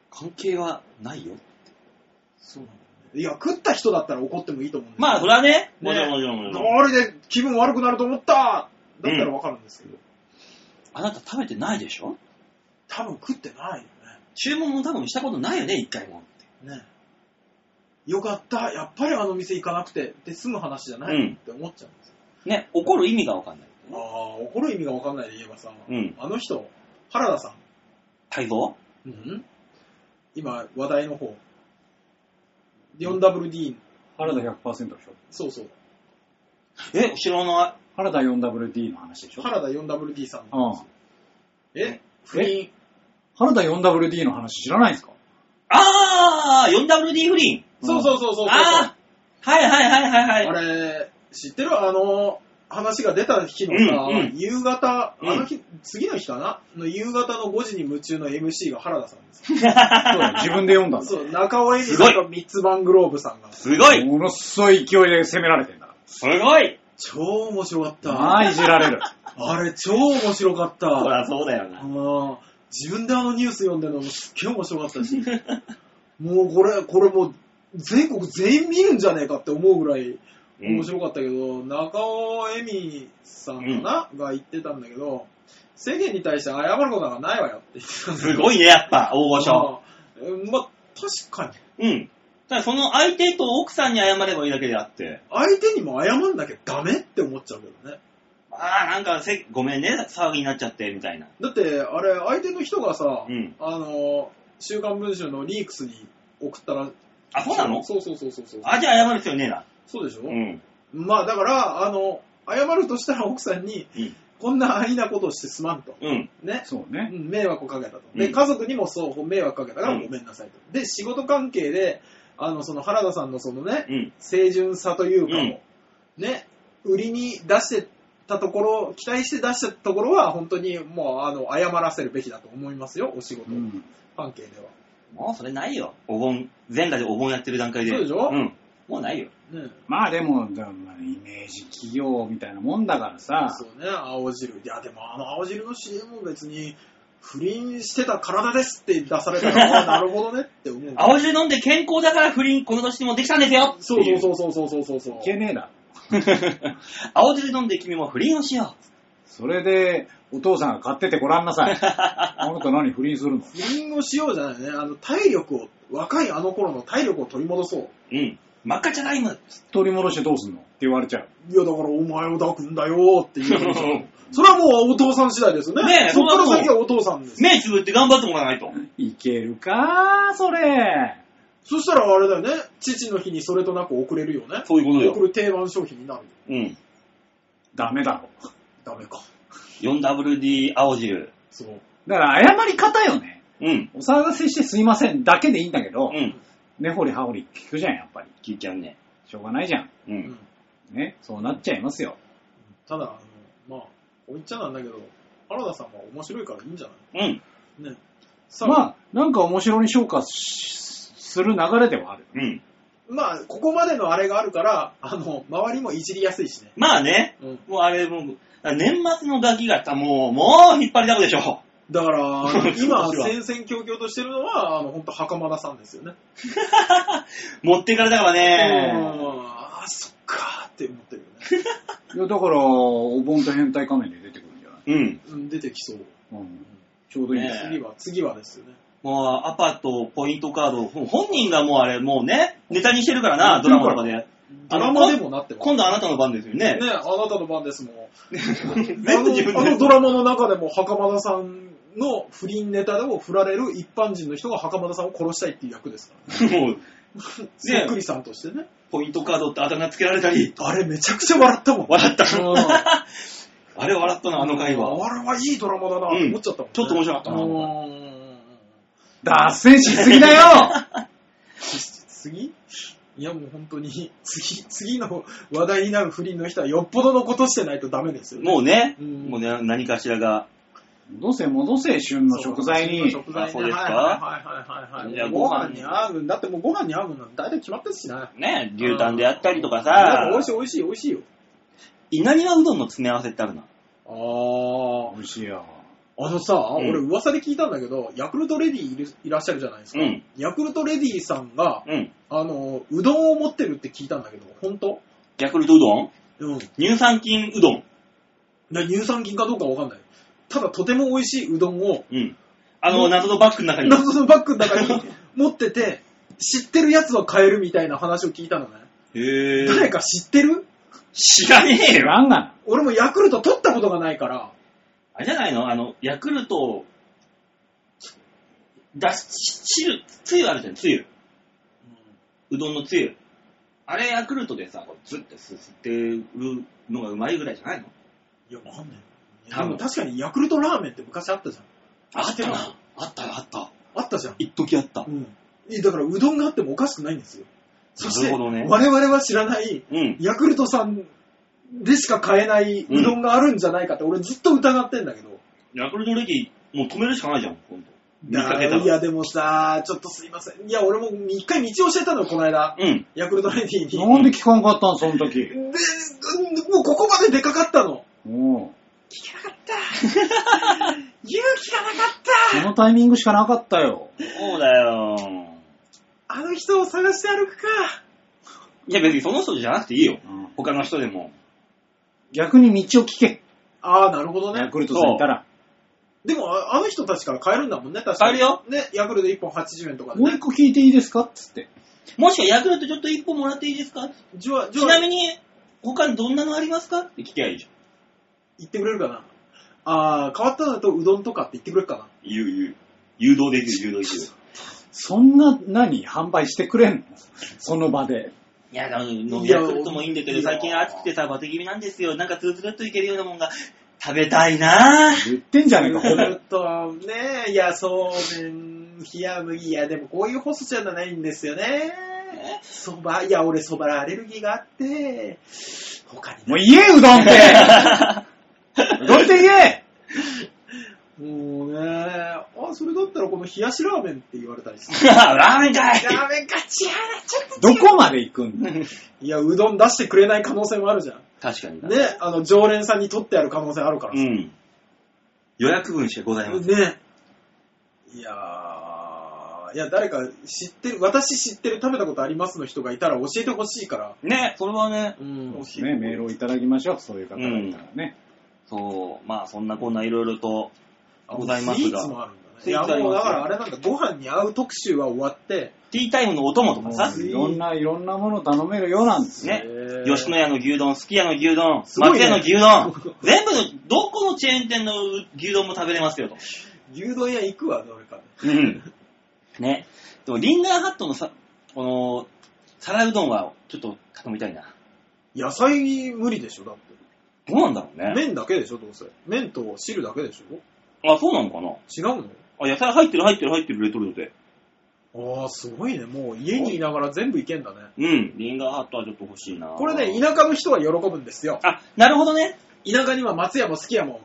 B: 関係はないよ。
C: そうなんだよねいや食った人だったら怒ってもいいと思うんです
B: まあ、それはね。
C: ね
B: もちろんもちろんもちろん。
C: あれで気分悪くなると思っただったらわかるんですけど、
B: あなた食べてないでしょ
C: 多分食ってないよ
B: 注文も多分したことないよね、一回も。
C: ねねよかったやっぱりあの店行かなくてで済む話じゃない、
B: うん
C: って思っちゃうんですよ
B: ね、怒る意味がわかんない。
C: ああ怒る意味がわかんないで言えばさ、
B: うん。
C: あの人原田さ
B: 泰造
C: ん、今話題の方 4WD
A: 原田100%でしょ。
C: そうそう
B: え、知らな
A: 原田 4WD の話でしょ。
C: 原田 4WD さん
A: う
C: の
A: ん。
C: え不倫
A: 原田 4WD の話知らないんですか
B: い。あー !4WD 不倫
C: そうそうそうそうそう。
B: あーはいはいはいはい
C: あ
B: はい。
C: れ、知ってるあの、話が出た日のさ、
B: うんうん
C: 夕方、あの日、次の日かなの夕方の5時に夢中の MC が原田さんです。
A: そうだよ 自分で読んだんだ。
C: そう、中尾恵里さん
B: す
C: とミッツバングローブさんが。
B: すごい
A: ものすごい勢いで攻められてんだか
B: すごい
C: 超面白かっ
A: ら。
C: た。
A: まあ、いじられる。
C: あれ、超面白かった。
B: そりゃそうだよな。
C: うん自分であのニュース読んでるのもすっげえ面白かったし。もうこれ、これもう全国全員見るんじゃねえかって思うぐらい
B: うん
C: 面白かったけど、中尾恵美さんかな、が言ってたんだけど、世間に対して謝ることなんかないわよって言ってたんです
B: すごいね、やっぱ、大御所。
C: うんまあ、確かに。
B: うん。ただその相手と奥さんに謝ればいいだけであって、
C: 相手にも謝んなきゃダメって思っちゃうけどね。
B: ああ、なんかせ、ごめんね、騒ぎになっちゃって、みたいな。
C: だって、あれ、相手の人がさ、
B: うん
C: あの、週刊文春のリークスに送ったら、
B: あ、そうなの
C: そうそうそうそうそう。
B: あ、じゃあ謝る必要ねえな。
C: そうでしょ、
B: うん。
C: まあだから、あの、謝るとしたら奥さんに、
B: うん
C: こんな安易なことをしてすまんと。
B: うん。
C: ね。
A: そう
C: う
A: ね。
C: ん迷惑をかけたと。
B: う
C: で、
B: ん
C: 家族にもそう、迷惑かけたから
B: うん
C: ごめんなさいと。で、仕事関係で、あの、その原田さんのそのね、
B: うん。
C: 清純さというか
B: うん
C: も、ね、売りに出してたところ、期待して出したところは、本当にもう、あの、謝らせるべきだと思いますよ、お仕事
A: うん。
C: 関係では。も
B: もうそれないよ。お盆、全裸でお盆やってる段階で。
C: そうでしょ
B: うん。もうないよ。
C: ね、
A: まあでも、だまあイメージ企業みたいなもんだからさ、
C: そうね、青汁。いや、でもあの青汁の CM も別に、不倫してた体ですって出された ら、あなるほどねって思う。
B: 青汁飲んで健康だから不倫、この年にもできたんですよ
C: そうそう
B: う。
C: そうそうそうそうそう。
A: いけねえだろ。
B: 青汁飲んで君も不倫をしよ
A: それで、お父さんが買っててごらんなさい。あの人何不倫するの
C: 不倫をしようじゃないね。あの、体力を、若いあの頃の体力を取り戻そう。
B: う。うん。真っ赤じゃライム。
A: 取り戻してどうすんのって言われちゃう。
C: いや、だからお前を抱くんだよっていう話 をそれはもうお父さん次第ですよね。
B: ねえ
C: そっから
B: それはもう
C: 先はお父さんです。
B: 目つぶって頑張ってもらわないと。
A: いけるかそれ。
C: そしたらあれだよね。父の日にそれとなく送れるよね。
B: そういうこと
C: 送
B: よ。
C: る定番商品になる。
B: うん。
A: ダメだろ。
C: ダメか。
B: 4WD 青汁。
C: そう。
A: だから謝り方よね。
B: うん。
A: お騒がせしてすいませんだけでいいんだけど、
B: うん。
A: 根掘り葉掘り聞くじゃん、やっぱり。
B: 聞いちゃうね。
A: しょうがないじゃん。
B: う
C: うん
B: ん。
A: ね。そうなっちゃいますよ。
C: ただ、あのまあ、おいっちゃなんだけど、原田さんは面白いからいいんじゃな
B: うん。
C: いね。さあ、まあ、
A: まあ、なんか面白に昇華しする流れではある。
B: うん。
C: ここまでのあれがあるから、あの、周りもいじりやすいしね。
B: まあね。
C: うん。
B: もうあれ、もう、年末のガキがさ、もう、もう引っ張りだこでしょ。
C: だ から、あの今、
B: そうですわ
C: 戦々恐々としてるのは、あの、本当袴田さんですよね。
B: 持っていかれたから
C: う
B: ね。
C: んあー、そっかーって思ってる よね。
A: いや、だから、お盆と変態仮面で出てくるんじゃない
B: うん。
C: うん出てきそう。
A: うん。ちょうどいいです。
B: ねえ
C: 次は、次はですよね。
B: もう、アパとポイントカード、ほ本人がもうあれ、もうね、ネタにしてるからな、ドラマとかで。
C: ドラマでもなってます。
B: 今度あなたの番ですよね。
C: ね、あなたの番ですもん。
B: 全部自分
C: あのあの
B: で。
C: ドラマの中でも袴田さんの不倫ネタでも振られる一般人の人が袴田さんを殺したいっていう役ですから、ね、
B: もう、
C: そっくりさんとしてね。
B: ポイントカードってあだ名つけられたり、
C: あれめちゃくちゃ笑ったもん。
B: 笑った。
C: うん
B: あれ笑ったな、あの回は。
C: あれはいいドラマだなと思っちゃったもんね、
B: ちょっと面白かったなあの回。
C: うん
A: 脱線しすぎだ よ
C: 次いやもう本当に、次、次の話題になる不倫の人はよっぽどのことしてないとダメですよね。
B: もうね、
C: うん
B: もうね、何かしらが。
A: 戻せ戻せ、旬の食材に。
C: 食材
B: あ
C: に。
B: そうですか
C: はいはいはいはいはい。
B: いや
C: ご飯に合うんだってもうご飯に合うんだ大体決まってるしな。
B: ね、牛タンであったりとか
C: あ
B: さ、
C: 美味しい美味しい美味しいよ。
B: 稲庭うどんの詰め合わせってあるな。
C: あ
A: 美味しいよ。
C: あ。あのさ、
B: うん
C: 俺噂で聞いたんだけど、ヤクルトレディいるいらっしゃるじゃないです
B: う
C: か。
B: ん。
C: ヤクルトレディさんが、
B: うん。
C: あの、うどんを持ってるって聞いたんだけど、本当
B: ヤクルトうどん
C: うん。
B: 乳酸菌うどん。
C: な乳酸菌かどうかわかんない。ただとても美味しいうどんを、
B: うん。あの、謎のバッグの中に。
C: 謎のバッグの中に持ってて、知ってるやつは買えるみたいな話を聞いたのね。
B: へ
C: 誰
B: ー。
C: か知ってる
B: 知らねえ
A: 知
B: よ。
A: らんがな。
C: 俺もヤクルト取ったことがないから、
B: あれじゃないのあの、ヤクルトを、だし、汁、つゆあるじゃん、つゆ。うどんのつゆ。あれ、ヤクルトでさ、こうズッてすすってるのがうまいぐらいじゃないの
C: いや、わかんない。
B: 多分
C: でも確かにヤクルトラーメンって昔あったじゃん。
B: あった
C: な
B: な。あったよ、あった。
C: あったじゃん。
B: 一時あった
C: う。ん。えだからうどんがあってもおかしくないんですよ。そして、
B: なるほどね
C: 我々は知らない、
B: うん。
C: ヤクルトさんでしか買えないうどんがあるんじゃないかって、俺ずっと疑ってんだけど。
B: ヤクルト歴、もう止めるしかないじゃん、ほんと。見
C: だ
B: かけた
C: い
B: ら。
C: や、でもさ、ちょっとすいません。いや、俺も一回道を教えたのよ、この間。
B: うん。
C: ヤクルトレディに。
A: なんで聞かんかったん、その時。
C: で、もうここまで出かかったの。
A: おう
C: 勇気がなかっ
A: そのタイミングしかなかったよ。
B: そうだよ。
C: あの人を探して歩くか。
B: いや別にその人じゃなくていいよ。
A: うん
B: 他の人でも。
A: 逆に道を聞け。
C: ああ、なるほど
A: ヤ
C: ね。
A: クルトさんいたら。
C: でも、ああの人たちから買えるんだもんね、確か
B: 買え
C: に。
B: るよ。
C: ね、ヤクルト1本80円とかで
A: もう
C: ね
A: 一。個聞いていいですかっつって。
B: もしくはヤクルトちょっと一本もらっていいですか
C: じゅわ、じゅ
B: ち
C: わ、
B: なみに、他にどんなのありますかって聞きゃいいじゃん。
C: 言ってくれるかな。ああ、変わったのだとうどんとかって言ってくれるかな。
B: 言う、言う。誘導できる、誘導できる。
A: そんな、何販売してくれんのその場で。
B: いや、あの、
C: いや
B: ヤクルトもいいんだけ
C: い
B: ど、
C: や
B: 最近暑くてさ、バテ気味なんですよ。なんかツルツルっといけるようなもんが、食べたい なぁ。
A: 言ってんじゃねえか、
C: ヤ
A: ほ
C: ク
A: ぼ
C: ルトはね、いや、そうめん、冷麦、いや、でもこういう細じゃないんですよね。そば、いや、俺そばアレルギーがあって、他に
A: もう言え、うどんってうどんって言え
C: もうね、あ、それだったらこの冷やしラーメンって言われたりする。
B: ラーメンかい
C: ラーメンか、違うな、ちょっと。
A: どこまで行くんだ
C: いや、うどん出してくれない可能性もあるじゃん。
B: 確かにな。
C: ね、あの、常連さんに取ってある可能性あるから
B: う
C: さ。
B: ん。予約分しかございません。
C: ね。いやー、いや、誰か知ってる、私知ってる食べたことありますの人がいたら教えてほしいから。
B: ね、それはね、
C: うん
B: 欲しい
A: ね、メールをいただきましょう、そういう方がいたらね。
B: そう、まあそんなこんないろいろと
C: あ
B: ございま
C: スイ
B: す
C: ーツも
B: が、
C: あるんだね。
B: ス
C: い
B: イ
C: や、
B: ーツあり
C: も
B: ま
C: う
B: す
C: だ
B: よ
C: からあれなんだ、ご飯に合う特集は終わって、
B: ティータイムのお供と
A: も
B: か
A: う
B: さ、
A: いろんな、いろんなもの頼めるようなんです。
B: ね
C: え、ー
B: 吉野家の牛丼、すき家の牛丼、
C: すごいね
B: 松屋の牛丼、全部の、どこのチェーン店の牛丼も食べれますよと。
C: 牛丼屋行くわ、どれか。
B: うん。ね。でも、リンガーハットのさ、この、皿うどんは、ちょっと頼みたいな。
C: 野菜無理でしょ、だって。
B: どうなんだろうね。
C: 麺だけでしょ、どうせ。麺と汁だけでしょ
B: あ、そうなのかな
C: 違う
B: あ、野菜入ってる入ってる入ってる、レトルトで。
C: のああ、すごいね。もう家にいながら全部いけんだね。
B: うん。リンガーハットはちょっと欲しいな。
C: これね、田舎の人は喜ぶんですよ。
B: あ、なるほどね。
C: 田舎には松屋も好きやもん。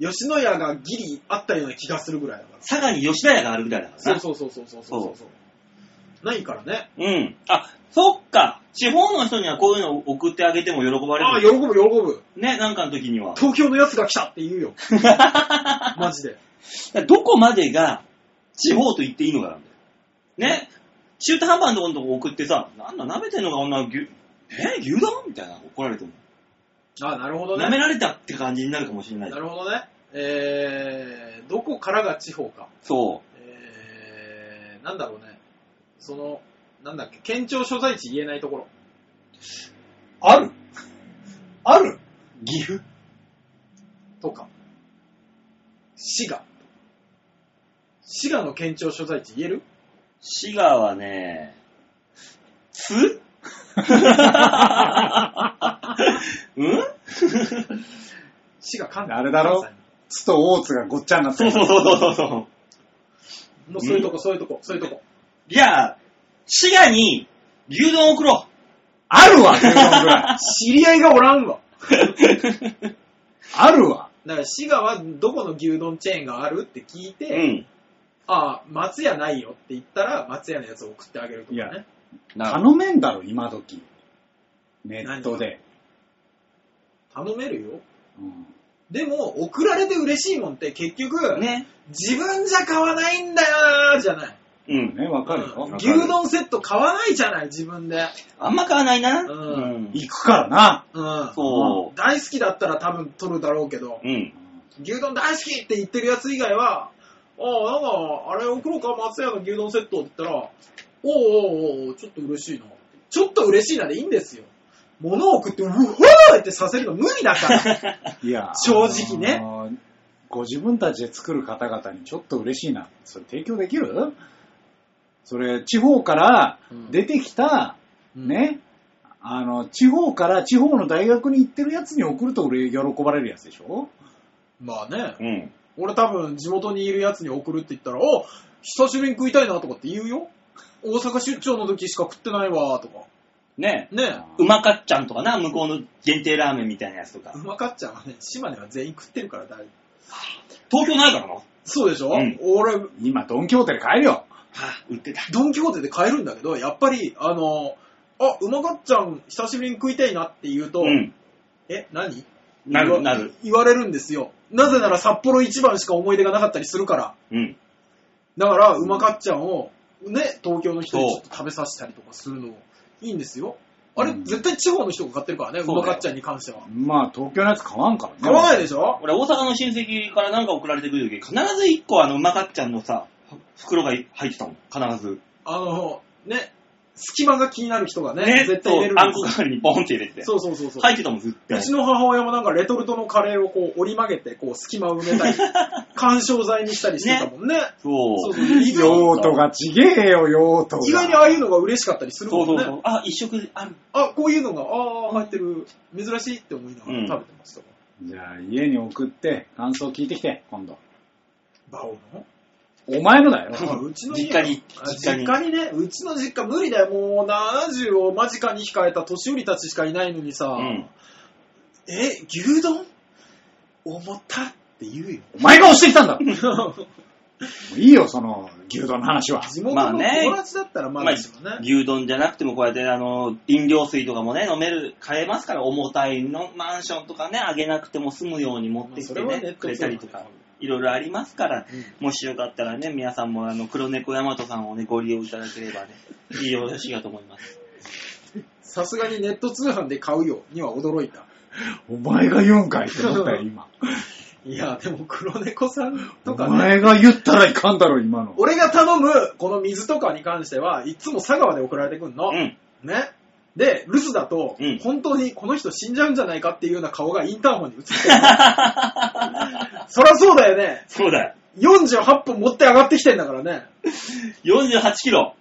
C: 吉野家がギリあったような気がするぐらいだから。
B: 佐賀に吉田屋があるぐらいだからな。
C: そうそうそうそうそうそうそうないからね。
B: うん。あ、そっか。地方の人にはこういうのを送ってあげても喜ば
C: ああ、
B: れ
C: 喜
B: る。
C: ぶ喜ぶ。
B: ね、なんかの時には。
C: 東京のやつが来たって言う よ。マジで。
B: どこまでが地方と言っていいのかなんだよ。ね。中途半端なところのとこ送ってさ、なんだ、舐めてんのか、女牛、え牛丼みたいな怒られても。
C: ああ、なるほど
B: 舐め
C: ね。
B: られたって感じになるかもしれない
C: な。るほどね。えー、どこからが地方か。
B: そ
C: えー、なんだろうね。その、なんだっけ、県庁所在地言えないところ。
D: あるある
B: う。岐阜
C: とか、滋賀。滋賀の県庁所在地言える
B: 滋賀はね、 つうん
C: 滋賀関
A: あれだろ
C: 関
A: つと大津がごっちゃになって
B: そう
A: る
B: そうそうそうそう。
C: 西もうそういうとこ、そういうとこ、そういうとこ。
B: じゃあ、滋賀に牛丼送ろ
A: あるわ、牛丼ぐ らい。
C: 知り合いがおらんわ。
B: う。
A: あるわ。
C: だから滋賀はどこの牛丼チェーンがあるって聞いて、
B: うん。
C: ああ、松屋ないよって言ったら、松屋のやつを送ってあげるとか
A: い
C: ね
A: や。頼めんだろ、今時。ネットで。
C: 頼めるよ。
A: うん
C: でも、送られて嬉しいもんって結局、
B: ね。
C: 自分じゃ買わないんだよーじゃない。
B: うん。
A: ね、わかるよ
C: う。ん
B: か
C: 牛
B: る
C: 丼セット買わないじゃない、自分で。
B: あんま買わないな。
C: うん
A: 行くからな。
C: うん。
B: そ
C: 大好きだったら多分取るだろうけど、
B: う。うん。
C: 牛丼大好きって言ってるやつ以外は、ああ、なんか、あれ送ろうか、松屋の牛丼セットって言ったら、おうおうおうちょっと嬉しいな。ちょっと嬉しいなでいいんですよ。物を送って、うわーってさせるの無理だ から。
A: いや、
C: 正直ね
A: あのー。ご自分たちで作る方々にちょっと嬉しいな。それ提供できるそれ、地方から出てきた、ね、あの、地方から地方の大学に行ってるやつに送ると俺喜ばれるやつでしょ
C: まあね、
B: うん。
C: 俺多分地元にいるやつに送るって言ったら、お久しぶりに食いたいなとかって言うよ。大阪出張の時しか食ってないわとか。
B: ね。
C: ね
B: うまかっちゃんとかな、向こうの限定ラーメンみたいなやつとか
C: う。まかっちゃんはね、島根は全員食ってるから大
B: 東京ないからな。は
C: そうでしょ、
B: うん
C: 俺、
A: 今、ドンキホーテで買えるよ。
B: ぁ、売ってた。
C: ドン・キホーテで買えるんだけど、やっぱり、あの、あ、うまかっちゃん、久しぶりに食いたいなって言うと、
B: うん。
C: え、何
B: な
C: 言わ
B: る、なる。
C: 言われるんですよ。なぜなら札幌一番しか思い出がなかったりするから。
B: うん。
C: だから、うまかっちゃんを、ね、東京の人にち
B: そ
C: ょ
B: う
C: っと食べさせたりとかするの、いいんですよ。あれ、
A: うん
C: 絶対地方の人が買ってるからね、う
B: そうだよ
C: まかっちゃんに関しては。
A: まあ、東京のやつ買わんからね。
C: 買わないでしょ
B: 俺、大阪の親戚からなんか送られてくるとき、必ず一個あの、うまかっちゃんのさ、袋が入ってたもん。必ず。
C: あの、ね、隙間が気になる人がね、
B: ね、
C: 絶対入れる
B: そうあ
C: んで
B: んこ代わりにボンって入れて
C: す。。そうそうそうそう。
B: 入ってたもん、ずっと
C: う。ちの母親もなんかレトルトのカレーをこう折り曲げて、こう隙間を埋め たり、干渉剤にしたりしてたもんね。
B: そ
C: そうう。そう意外
A: 用途がちげえよ、用途が。
C: 意外にああいうのが嬉しかったりする
B: そ
C: も
B: うんそ
C: ね。
B: うそう。あ、一食ある。
C: あ、こういうのが、ああ、入ってる、珍しいって思いなが
B: うん
C: ら食べてましたわ。
A: じゃあ、家に送って、感想聞いてきて、今度。
C: バオの
A: お前の だよ。
C: あうちの家
B: 実家に
C: あ
B: 実
C: 実
B: 家に
C: 家にね、うちの実家無理だよ。もう70を間近に控えた年寄りたちしかいないのにさ、
B: うん。
C: え、牛丼重たって言うよ。
A: お前が押してきたんだろもう いいよ、その、牛丼の話は。
C: 地元
B: まあ
C: の
B: ね
C: 友達だったらま
B: ま
C: だ
B: あ
C: ですよね。
B: 牛丼じゃなくてもこうやって、あの、飲料水とかもね、飲める、買えますから、重たいのマンションとかね、あげなくても済むように持ってきて
C: まあそれはネ
B: ね
C: ッ、ト
B: くれたりとか、いろいろありますから、もしよかったらね、皆さんも、あの、黒猫大和さんをね、ご利用いただければね、いいよろしいかと思います。
C: さすがにネット通販で買うよには驚いた。
A: お前が言うんかいって思ったよ、今。
C: いや、でも黒猫さんと
A: お
C: かね、
A: 前が言ったらいかんだろ、今の。
C: 俺が頼むこの水とかに関しては、いつも佐川で送られてくんの。
B: うん。
C: ね。で、留守だと、
B: うん
C: 本当にこの人死んじゃうんじゃないかっていうような顔がインターホンに映 ってる。そりゃそうだよね。
B: そうだよ。
C: 48本持って上がってきてんだからね。
B: 48キロ、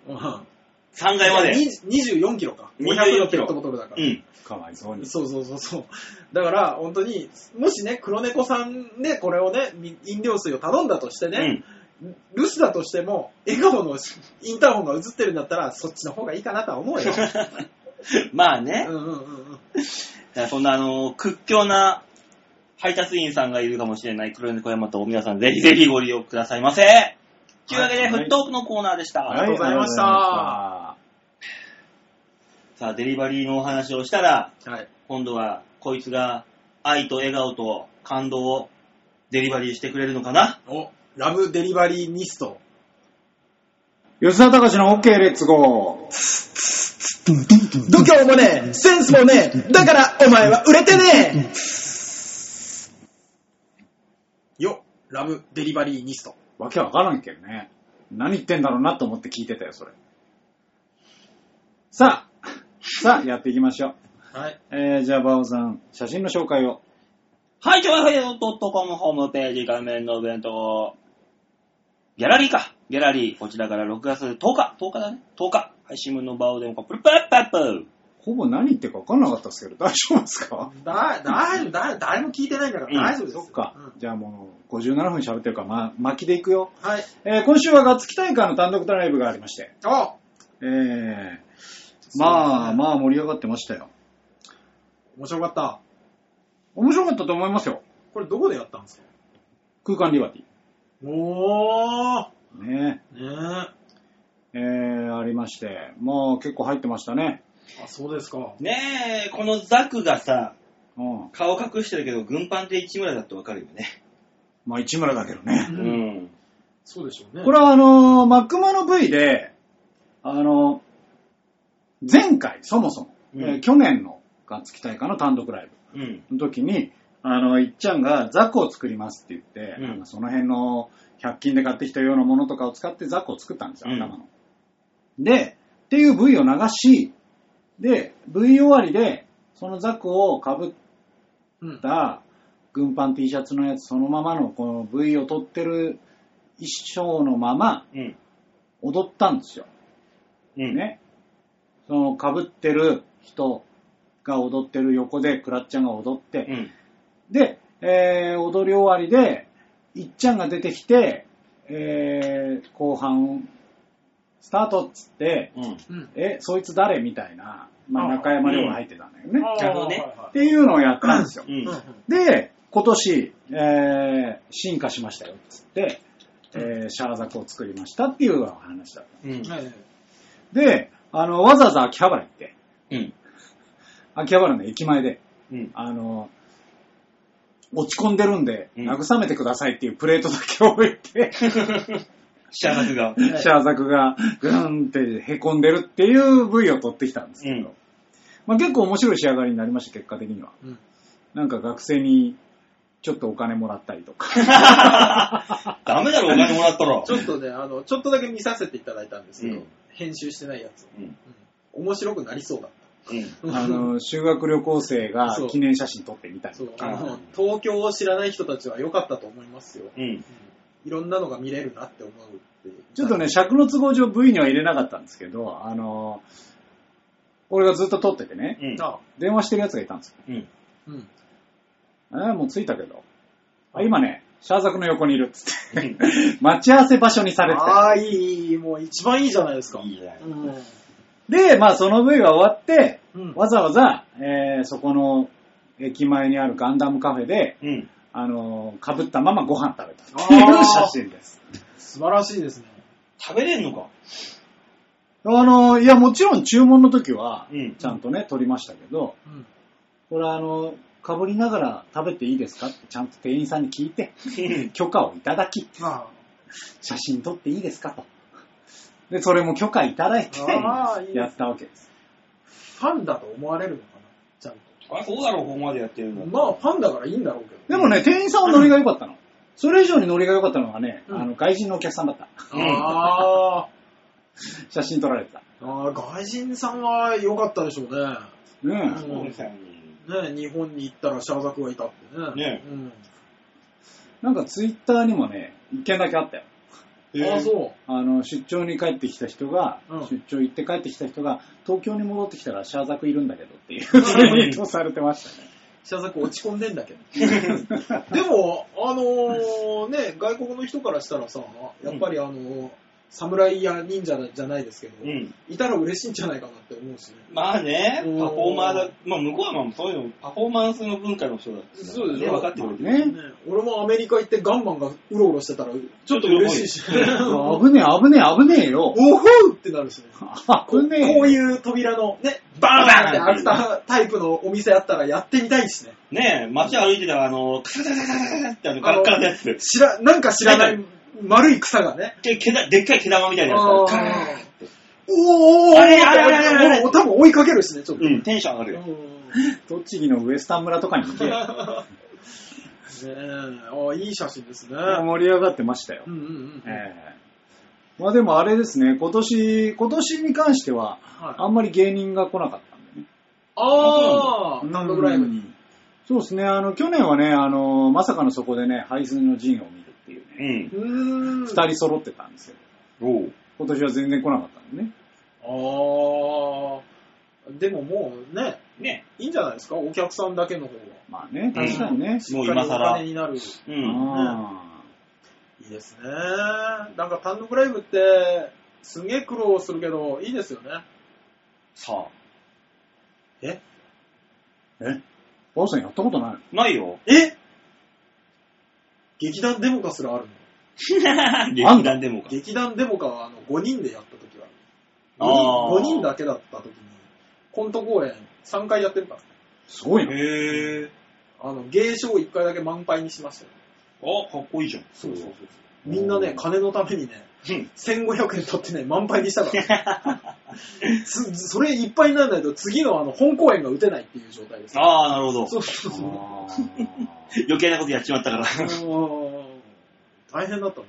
B: 3階まで。
C: 20 24キロか。500
B: 24
C: の
B: キ
C: ペ
B: ロ
C: ットボトルだか
B: う
C: ら。
B: ん。
A: かわいそうに。
C: そうそうそうそう。だから、本当に、もしね、黒猫さんでこれをね、み飲料水を頼んだとして
B: う
C: ね、
B: ん。
C: 留守だとしても、笑顔のインターホンが映ってるんだったら、そっちの方がいいかなとは 思うよ。
B: まあ
C: う
B: ね
C: ん、うんうんうん。
B: だからそんなあの、屈強な配達員さんがいるかもしれない黒猫山と皆さんぜひぜひご利用くださいませ。というわけで、
A: はい
B: フットオークのコーナーでした。
A: は
C: りがとうございました
A: ありがとうございまし
B: さあ、デリバリーのお話をしたら、
C: はい。
B: 今度はこいつが愛と笑顔と感動をデリバリーしてくれるのかな
C: お、ラブデリバリーミスト。
A: た吉沢隆の OK、レッツゴー。
C: 度胸もねえ、センスもねえ、だからお前は売れてねえよ、ラブデリバリーニスト。
A: わけわからんけどね。何言ってんだろうなと思って聞いてたよ、それ。さあ、さあ、やっていきましょう。
C: はい。
A: えー、じゃあ、バオさん、写真の紹介を。
B: はい、ジョイフェイドットコムホームページ画面のお弁当。ギャラリーか。ギャラリー。こちらから6月10日。10日だね。10日。配信分の場をでもか、プルプルプルプル。
A: ほぼ何言ってるか分かんなかったですけど、大丈夫ですか
C: だ、大丈夫、だ、誰も聞いてないんだから
B: うん
C: 大丈夫ですよ。
A: そっか。
C: うん
A: じゃあもう、57分喋ってるから、ま、巻きでいくよ。
C: はい。
A: えー今週はガッツキ大会の単独ライブがありまして、
C: あ、
A: えーまあ、まあ盛り上がってましたよ。
C: 面白かった。
A: 面白かったと思いますよ。
C: これどこでやったんですか
A: 空間リバテ
C: おー。
A: ィ。ね
C: ねえ。あ、
A: えーありまして、まあ結構入ってましたね。
C: そうですか。
B: ねえ、このザクがさ、
A: うん。
B: 顔隠してるけど、軍パンで市村だってわかるよね。
A: まあ市村だけどね。
B: う。
C: うんそうでしょうね。
A: これはあのー、マックマの V で、あのー前回、そもそも、
B: うん
A: えー去年のガッツキ大会の単独ライブ。
B: うん。
A: の時に、あの、いっちゃんがザクを作りますって言っ
B: う
A: て、
B: ん
A: あのその辺の100均で買ってきたようなものとかを使ってザクを作ったんですよ、
B: うん
A: 頭の。で、っていう部位を流し、で、部位終わりで、そのザクを被っ
C: うん。
A: た軍パン T シャツのやつそのままのこの部位を取ってる衣装のまま
B: うん。
A: 踊ったんですよ。
B: うん。
A: ね。その被ってる人が踊ってる横でクラッちゃんが踊って、
B: うん。
A: で、えー踊り終わりで、いっちゃんが出てきて、えー後半、スタートっつって、
B: うん。
C: うん。
A: え、そいつ誰みたいな、まあ、
C: あ
A: 中山亮が入ってたんだよね。
B: なるほどね
C: はいは
A: っていうのをやったんですよ
B: う。。
C: い。うんん
A: で、今年、えー進化しましたよっつって、えーシャーザクを作りましたっていう話だっ
B: うん。
C: うん。はいはい
A: た。で、あの、わざわざ秋葉原行って、
B: うん。
A: 秋葉原の駅前で、
B: うん。
A: あの、落ち込んでるんで、
B: うん
A: 慰めてくださいっていうプレートだけ置いて、
B: シャーザクが。
A: シャーザクがグーンって凹んでるっていう V を取ってきたんですけど、
B: うん
A: まあ、結構面白い仕上がりになりました、結果的には。
C: うん
A: なんか学生にちょっとお金もらったりとか。
B: ダメだろ、お金もらったら。
C: ちょっとね、あの、ちょっとだけ見させていただいたんですけど、
B: うん
C: 編集してないやつを、
B: うん。
C: うん面白くなりそうだっ
B: うん。
C: た。
A: あの、修学旅行生が
C: そう
A: 記念写真撮ってみたり
C: そ
A: と
C: う
A: か。
C: あ
B: う
C: の
B: ん、
C: 東京を知らない人たちは良かったと思いますよ。
B: うん。
C: いろんなのが見れるなって思うっていう
A: ちょっとね、尺の都合上 V には入れなかったんですけど、あの、俺がずっと撮っててね、
B: うん。
C: あ
A: 電話してる奴がいたんですよ。
B: うん。
C: うん。
A: えーもう着いたけど。あ、今ね、シャーザクの横にいるっつって。 待ち合わせ場所にされてた
C: ああ、いい、いい、もう一番いいじゃないですか。
B: いいじゃない
C: うん。
A: で、まあその V が終わって、
C: うん
A: わざわざ、えーそこの駅前にあるガンダムカフェで、
B: うん。
A: あのー、被ったままご飯食べたっていう
C: あー
A: 写真です。
C: 素晴らしいですね。
B: 食べれんのか。
A: あのー、いや、もちろん注文の時は
B: う、ん。
A: ちゃんとね、撮りましたけど、
C: うん。
A: これあのー、被りながら食べていいですかってちゃんと店員さんに聞いて、許可をいただき、
C: ま
A: 写真撮っていいですかと。で、それも許可いただいて、
C: あ、ああ、いい。
A: やったわけです。
C: ファンだと思われるのかな、ちゃんと。
B: あ、そうだろ、ここまでやってるの。
C: まあ、ファンだからいいんだろうけど。
A: でもね、店員さんはノリが良かったの。それ以上にノリが良かったのはね、
C: うん
A: あの、外人のお客さんだった。
C: あ
A: 写真撮られてた。
C: ーあー、外人さんは良かったでしょうね。
A: う。
C: うん
B: そうだよね
C: ね日本に行ったらシャーザクがいたってね。
B: ね
C: うん。
A: なんかツイッターにもね、一件だけあったよ。
C: ああ、そ
A: あの、出張に帰ってきた人が、
C: うん
A: 出張行って帰ってきた人が、東京に戻ってきたらシャーザクいるんだけどっていう
C: うん
A: ツイートされてましたね。
C: う。シャーザク落ち込んでんだけ ど。でも、あのーね、外国の人からしたらさ、やっぱりあのー侍や忍者じゃないですけど、
B: うん。
C: いたら嬉しいんじゃないかなって思うしね。
B: まあね、パ
C: うん
B: フォーマーだ。まあ、向こうはまあ、そういうの、パフォーマンスの文化の人だって。
C: そうです
B: ね。
C: ね
B: 分かってくれてる。
A: ね。
C: ね俺もアメリカ行ってガンマンがうろうろしてたら、ちょっと嬉 しいし。
A: あ危ねえ、危ねえ、危ねえよ。
C: おほうってなるしね。こ
A: 危
C: う
A: ねえ。
C: こういう扉のね、バーンって開けたタイプのお店あったらやってみたいしね。
B: ねえ、街歩いてたら、あの、カタカタカタカタって、あの、カラカラのやつ。
C: 知ら、なんか知らな
B: ない
C: 丸い草がね。
B: で、毛だでっかい毛玉みたいなやつ
C: あー
B: カラカラって。
C: おーおーおーおー
B: あれあれあれあれあれ
C: おー多分追いかけるしね、ちょっと。
B: うん、テンション上がるよ。
C: ね
A: 栃木のウエスタン村とかにいて、
C: え、あいい写真ですね。
A: 盛り上がってましたよ。
C: うんうんうん。
A: ええまあでもあれですね、今年、今年に関しては、
C: はい
A: あんまり芸人が来なかったんでね。
C: あー、単独ライブ
A: う
C: に。
A: んそうですね、あの、去年はね、あの、まさかのそこでね、排水の陣を見るっていうね、
B: う
C: うー
B: ん。
C: ん。
A: 二、人揃ってたんですよ。
B: おう。
A: 今年は全然来なかったんでね。
C: あー。でももうね、
B: ね。
C: いいんじゃないですか、お客さんだけの方が。
A: まあね、確かにね。
B: もう今
C: しっかりお金
B: 更。
C: になる。
B: うん。
A: あ
C: いいですね。なんか単独ライブって、すげえ苦労するけど、いいですよね。
B: さあ。
C: え
A: あえバオさんやったことない
B: ないよ。
C: え劇団デモカすらあるの
A: あんの
B: 劇団でもか。
C: 劇団デモカはあの5人でやった時は
B: あー
C: 5人だけだった時に、コント公演3回やってるから、
A: すごいな。
B: へえ。
C: あの、芸賞1回だけ満杯にしましたよ。
B: あ、かっこいいじゃん。
C: そうそうそう。みんなね、金のためにね、
B: うん
C: 1500円取ってね、満杯にしたから。 つそれいっぱいにならないと次のあの、本公演が打てないっていう状態です。
B: ああ、なるほど。
C: そうそうそう。
A: あ
B: 余計なことやっちまったから。
C: 大変だったな。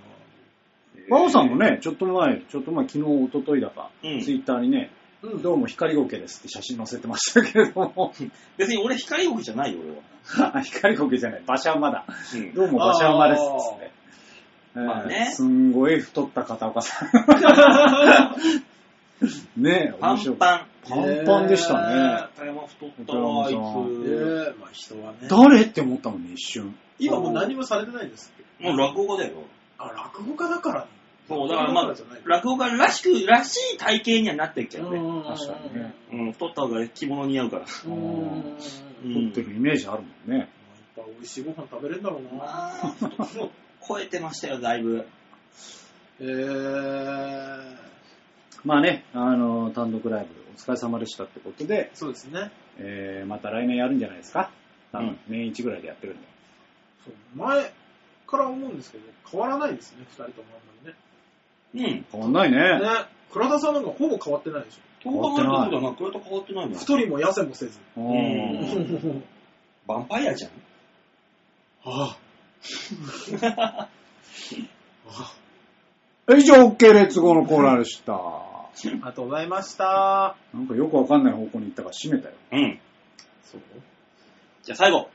A: ーバオさんもね、ちょっと前、ちょっと前、昨日、一昨日だか、
B: うん
A: ツイッターにね、
C: うん、
A: どうも光ゴケですって写真載せてましたけれども、
B: 別に俺光ゴケじゃないよ、俺は。
A: あ 光ゴケじゃない、馬車馬 だ。
B: うん。
A: どうも馬車馬ですっつって。えー
B: まあね
A: すんごい太った片岡さ ん。ねえ、
B: パ
A: 面白
B: ン
A: い。
B: パン。
A: パンパンでしたね。
B: 大山太ったわ、あいつ。
C: え
B: も
C: ー、まあ人はね。
A: 誰って思ったもんね、一瞬。
C: 今もう何もされてないんですっけ
B: う落語家だよ。
C: あ、落語家だからね。
B: そう、だからまあ
C: 落語家だからじゃない、
B: 落語家らしく、らしい体型にはなってるけどね。
A: 確かにね。
B: うん、太った方が着物似合うから。
C: うんうんうん。
B: う
A: 撮
B: ん
A: ってるイメージあるも
C: ま
A: んね。
C: あいっぱい美味しいご飯食べれるんだろうな。
B: まあ、もう超えてましたよ、だいぶ。
C: えー、
A: まあね、あの、単独ライブ、お疲れ様でしたってことで、
C: そうですね。
A: えー、また来年やるんじゃないですか多
B: うん
A: 分、年一ぐらいでやってるんで。
C: そう前から思うんですけど、変わらないですね、二人ともあんまりね。
B: うん。
A: 変わんないね。
C: ね。倉田さんなんかほぼ変わってないでし
B: そう考えるとそうだな。これと変わってない
C: ょ。
B: な。
C: 太りも痩せもせず。
A: う。
B: うんんヴァンパイアじゃん。
C: ああ。
A: 以上、OK レッツゴーのコーナーでした。
C: ありがとうございました。
A: なんかよくわかんない方向に行ったから閉めたよ。
B: うん。
C: そう
B: じゃあ最後。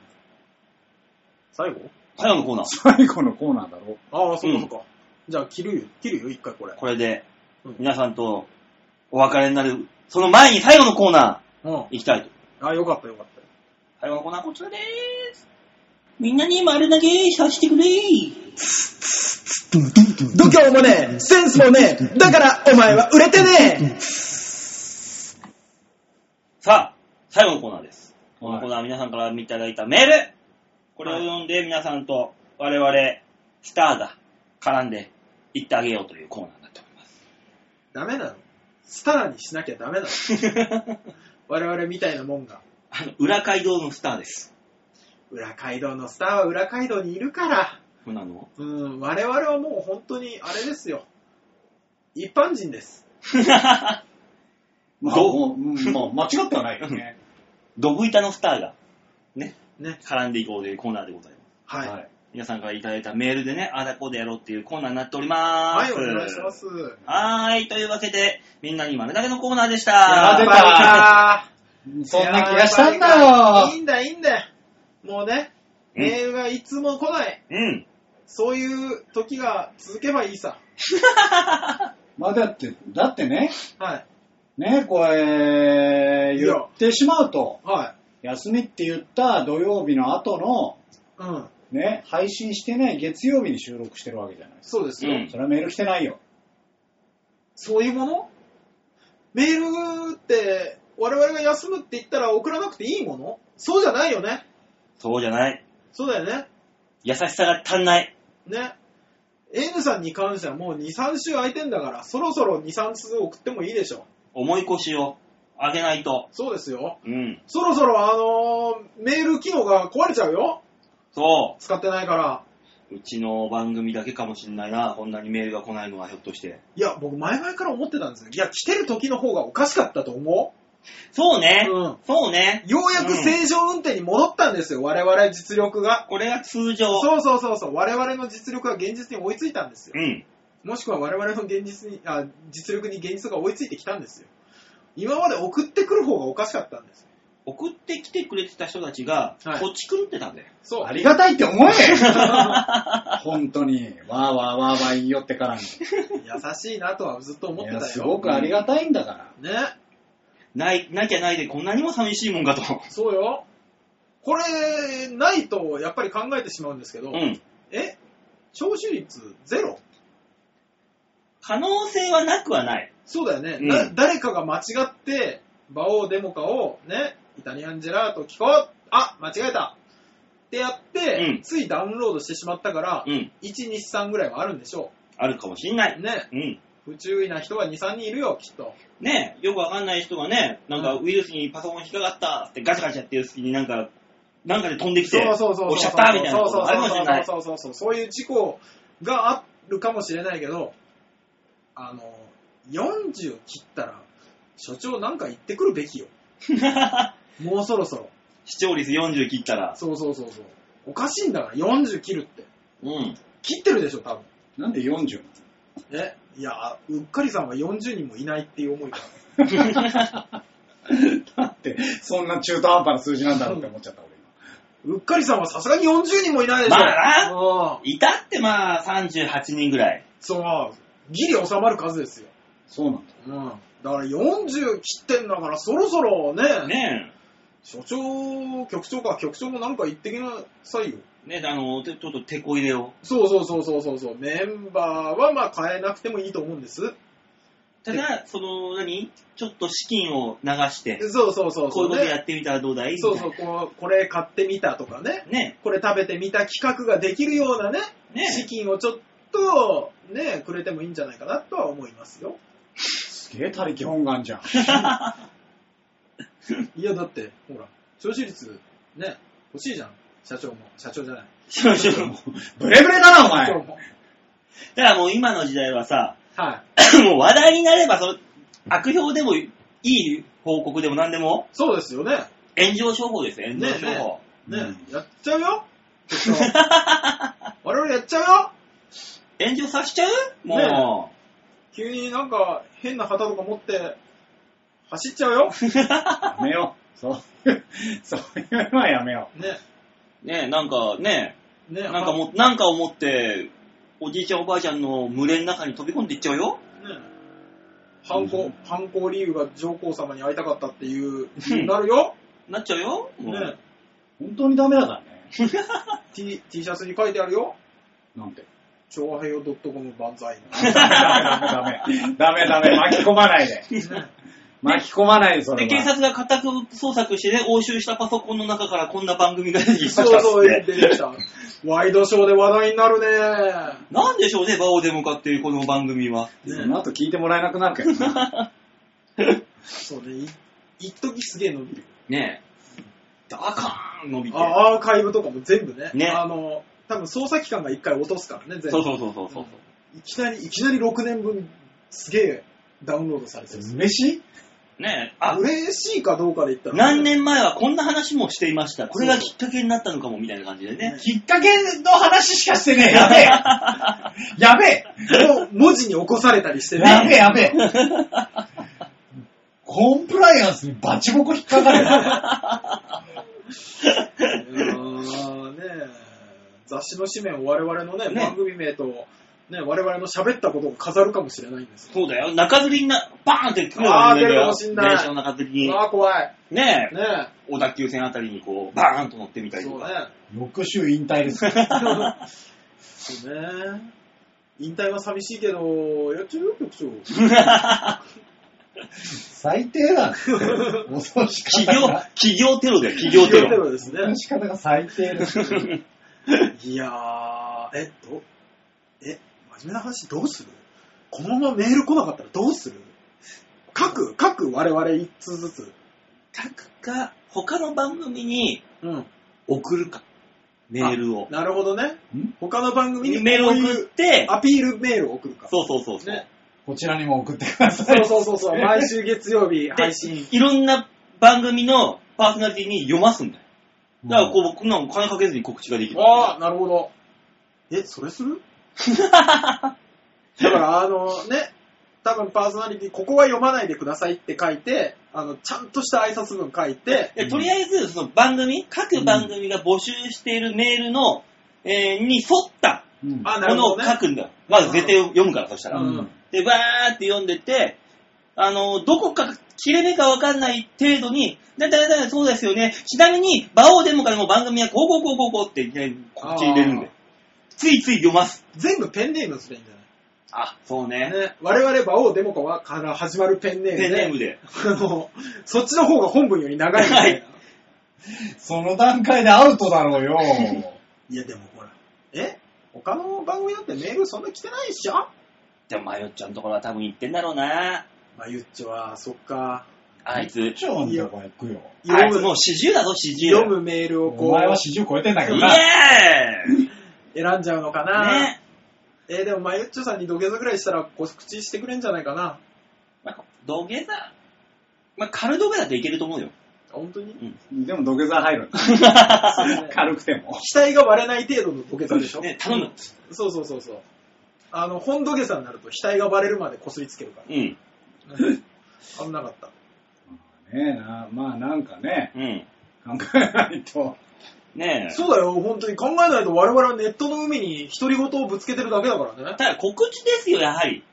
C: 最後
B: 最後のコーナー。
A: 最後のコーナーだろ。
C: ああ、そうかそうか。じゃあ、切るよ。切るよ、一回これ。
B: これで
C: うん、
B: 皆さんとお別れになる、その前に最後のコーナ
C: うん。あ
B: ー、行きたいと。
C: あ、よかったよかった。
B: 最後のコーナーこちらでーす。みんなに丸投げさせてくれー。
C: 度胸もねえ、センスもねえ、だからお前は売れてね
B: さあ、最後のコーナーです。この
A: はい
B: コーナーは皆さんからいただいたメール。これを読んで皆さんと我々、スターが絡んで行ってあげようというコーナーになっております。
C: えダメなの。スターにしなきゃダメなの。我々みたいなもんが。
B: あの、裏街道のスターです。
C: 裏街道のスターは裏街道にいるから。
B: こんな の
C: うん、我々はもう本当に、あれですよ。一般人です。
A: まあ、
B: どう
A: もううんまあ間違ってはないよね。
B: ドブ板のスターが
C: ね。
B: 絡んでいこうというコーナーでございます。
C: はい。はい、
A: い。
B: 皆さんからいただいたメールでね、あーだこうでやろうっていうコーナーになっておりまーす。
C: お願いします。
B: はーい、というわけで、みんなに丸投げのコーナーでし
A: や
B: た。
A: ー出たそんな気がしたんだ
C: い
A: よ。
C: いんだ、いいんだよ。もうね、
B: うん
C: メールがいつも来ない。
B: うん。
C: そういう時が続けばいいさ。
A: まあだって、だってね、
C: はい。
A: ね、これ、言ってしまうと、
C: は
A: 休みって言った土曜日の後の、
C: い。うん。
A: ね、配信してない月曜日に収録してるわけじゃないです
C: そうですよ。
B: うん
A: か。それはメール来てないよ。
C: そういうものメールって、我々が休むって言ったら送らなくていいものそうじゃないよね。
B: そうじゃない。
C: そうだよね。
B: 優しさが足んない。
C: ね。N さんに関してはもう2、3週空いてんだから、そろそろ2、3通送ってもいいでしょ。
B: 重い腰を上げないと。
C: そうですよ。
B: うん。
C: そろそろあのーメール機能が壊れちゃうよ。
B: そ
C: 使ってないから。
B: う。うちの番組だけかもしんないな。こんなにメールが来ないのはひょっとして。
C: いや、僕前々から思ってたんですよ。いや、来てる時の方がおかしかったと思
B: そうね。
C: うん
B: そうね。
C: う。ようやく正常運転に戻ったんですよ。我々実力が。
B: これが通常。
C: そうそうそうそう。我々の実力が現実に追いついたんですよ。
B: うん。
C: もしくは我々の現実に、あ、実力に現実が追いついてきたんですよ。今まで送ってくる方がおかしかったんですよ。
B: 送ってきてくれてた人たちが、
C: はい
B: こっち狂ってたんだよ。
C: そう。
A: ありがたいって思え本当に、わーわーわーわー言い寄ってからに。い
C: 優しいなとはずっと思ってた
A: や、
C: よ。
A: すごくありがたいんだから。
C: ね。
B: ない、なきゃないでこんなにも寂しいもんかと。
C: そうよ。これ、ないとやっぱり考えてしまうんですけど、
B: うん。
C: え聴取率ゼロ
B: 可能性はなくはない。
C: そうだよね、
B: うん
C: な誰かが間違って、馬王デモカをね、イタリアンジェラート聞こうあ間違えたってやって、
B: うん
C: ついダウンロードしてしまったから、
B: うん。
C: 1、2、3ぐらいはあるんでしょ
B: あるかもしんな
C: う。
B: い。
C: ね。
B: うん。
C: 不注意な人は2、3人いるよ、きっと。
B: ねよくわかんない人がね、なんか
C: う
B: ウイルスにパソコン引っかかったってガチャガチャやっていう隙になんか、なんかで飛んできて、
C: そうそうそうそう。
B: おっしゃったみたいなことあるかもしれない。
C: そうそうそうそうそう。そういう事故があるかもしれないけど、あの、40切ったら、所長なんか言ってくるべきよ。もうそろそろ。
B: 視聴率40切ったら、
C: そうそうそうそう。おかしいんだから、40切るって。
B: うん。
C: 切ってるでしょ、多分。
A: なんで40
C: ね。いや、うっかりさんは40人もいないっていう思いから。
A: だって、そんな中途半端な数字なんだろうって思っちゃった、俺今。
C: うっかりさんはさすがに40人もいないでしょ。
B: まあな
C: うん
B: いたってまあ38人ぐらい。
C: そう、ギリ収まる数ですよ。
A: そうなんだ。
C: うん。だから40切ってんだから、そろそろね、
B: ね
C: 所長、局長か、局長もなんか言ってきなさいよ。
B: え、ねえ、あの、てちょっと手こ入れを。
C: そうそうそうそうそうそう、メンバーはまあ変えなくてもいいと思うんです。
B: ただ、その、何ちょっと資金を流して、
C: そうそうそう
B: こう
C: そう
B: い
C: う、
B: ことやってみたらどうだいみた
C: そ
B: いな
C: うそう、こうこれ買ってみたとかね、
B: ね
C: これ食べてみた企画ができるようなね、
B: え、ね
C: 資金をちょっとね、くれてもいいんじゃないかなとは思いますよ。
A: すげえ他力本願じゃん。
C: いや、だって、ほら、聴取率ね、欲しいじゃん、社長も。社長じゃない。
B: え。そうそう
A: ブレブレだな、お
C: 社長
A: 前。
C: も。
B: ただもう今の時代はさ、
C: はい。
B: もう話題になれば、その、悪評でもいい報告でも何でも、
C: そうですよね。
B: 炎上商法ですよ、炎上商法。
C: ねえねね、
A: うん
C: やっちゃうよ。きっと我々やっちゃうよ。
B: 炎上させちゃうも
C: 急になんか変な旗とか持って走っちゃうよ。
A: やめよう。 そういう、そういうのはやめよ
C: ね、
B: う、ねえなんかね、
C: ね、
B: なんかも、なんか思って、おじいちゃんおばあちゃんの群れの中に飛び込んでいっちゃうよ。
C: ね、犯行、
A: うん
C: 犯行理由が上皇様に会いたかったっていう、なるよ。
B: なっちゃうよ。も
C: ね、
B: う
A: う。本当にダメだからね。
C: T, T シャツに書いてあるよ。
A: なん て。
C: 超和平洋 .com 万 歳。
A: ダメダメダメダメ巻き込まないで。巻き込まないで、それ
B: で、
A: は。
B: 警察が家宅捜索してね、押収したパソコンの中からこんな番組が出てきましたっつっ
C: そう
B: て。
C: そう、出てきた。ワイドショーで話題になるね。
B: なんでしょうね、バオデモかっていうこの番組は。
A: その後聞いてもらえなくなるけどな。
C: そうね、い一時すげえ伸びる。
B: ねえ。ダカーン伸びて。
C: あアーカイブとかも全部ね。
B: ね
C: あの、多分捜査機関が一回落とすからね、全部。
B: そうそうそうそうそう。
C: いきなり、いきなり6年分、すげえダウンロードされてる。
A: 飯
B: ねえ、あ、
C: 嬉しいかどうかで言ったら。
B: 何年前はこんな話もしていました。これがきっかけになったのかもみたいな感じでね。
A: きっかけの話しかしてねえ。やべ え。やべえ。
C: もう文字に起こされたりして
D: やべえ
C: ね。
D: やべえ。コンプライアンスにバチボコ引っかかるよ。
C: あーねえ雑誌の紙面を我々のね、
B: ね
C: 番組名と、ね、我々の喋ったことを飾るかもしれないんですよ。
B: そうだよ。中吊りにな、バーンって来る
C: あー
B: ね
C: 出るかもしんない
B: 電車の中吊りに。
C: ああ、怖い。
B: ねえ、
C: ね
B: 小田急線あたりにこう、バーンと乗ってみた
C: え。
B: り
C: そ
B: と
C: う
B: か。
C: ね。
D: 翌週引退 です。
C: そうね。引退は寂しいけど、やっちゃうよ、局長。
D: 最低だ。恐ろしかっ
B: 企
D: た
B: 業
D: が、
B: 企業テロだよ、企業テロ。
C: ですね
D: 恐。ろしかったが最低です。
C: いやー、え、ど、え、真面目な話どうするこのままメール来なかったらどうする書く書く我々一通ずつ。
B: 各か、他の番組に
C: うん。
B: 送るか。メールを。
C: なるほどね
A: ん。
C: 他の番組に
B: メールを
C: こう
B: 送
C: いう
B: って、
C: アピールメールを送るか。
B: そうそうそうそう。
C: ね。
D: こちらにも送ってくださ
C: そう
D: い。
C: そうそうそう。 毎週月曜日
B: で
C: 配信。
B: いろんな番組のパーソナリティに読ますんだよ。だからこう、僕なんか金かけずに告知ができる。
C: ああ、なるほど。え、それす るだから、あのね、多分パーソナリティ、ここは読まないでくださいって書いて、あの、ちゃんとした挨拶文書いて、
B: でとりあえず、その番組、各番組が募集しているメールの、えーに沿った
A: うん
C: あ、な
B: も
C: る
B: の
C: ほど
B: を
C: ね。
B: 書くんだよ。まず絶対読むから、そしたら。
C: うん
B: で、バーって読んでて、あの、どこか切れ目かわかんない程度に、だいたいだいたいそうですよね。ちなみに、馬王デモからも番組はこうこうこうこうこうっていきなり告知入れるんで。ついつい読ます。
C: 全部ペンネームすればいいんじ
B: あ、そう
C: ゃない、ね、我々、馬王デモカはから始まるペンネームで、
B: ペンネームで。
C: あの、そっちの方が本文より長いみたいな。
D: その段階でアウトだろうよ。
C: いや、でもほら、え他の番組だってメールそんな来てないでしょ
B: でも、まよっちゃんのところは多分行ってんだろうな。
C: まあ、ゆっちは、そっか。
B: あいつ、
D: ちょんとこ行くよ。
B: あいつもう40だぞ、40。
C: 読むメールをこう。
D: お前は40超えてんだけど
B: イ
D: な。
B: エーイ
C: 選んじゃうのかな、
B: ね。
C: えーでもまゆっちょさんに土下座ぐらいしたら告知してくれんじゃないかな
B: まあ、土下座。まあ、軽土下座っていけると思うよ。
C: 本当に
A: でも土下座入る。
C: そう ね
A: 軽くても。
C: 期待が割れない程度の土下座でしょ、
B: ね、頼む。
C: そうそうそうそうあの本土下座になると額がバレるまでこすりつけるか
B: うん。
C: ら、ね、危なかった
A: ねえな、まあなんかね、
B: うん。
A: 考えないと。
B: ねえ。
C: そうだよ本当に考えないと我々はネットの海に独り言をぶつけてるだけだからね
B: ただ告知ですよ、やはり。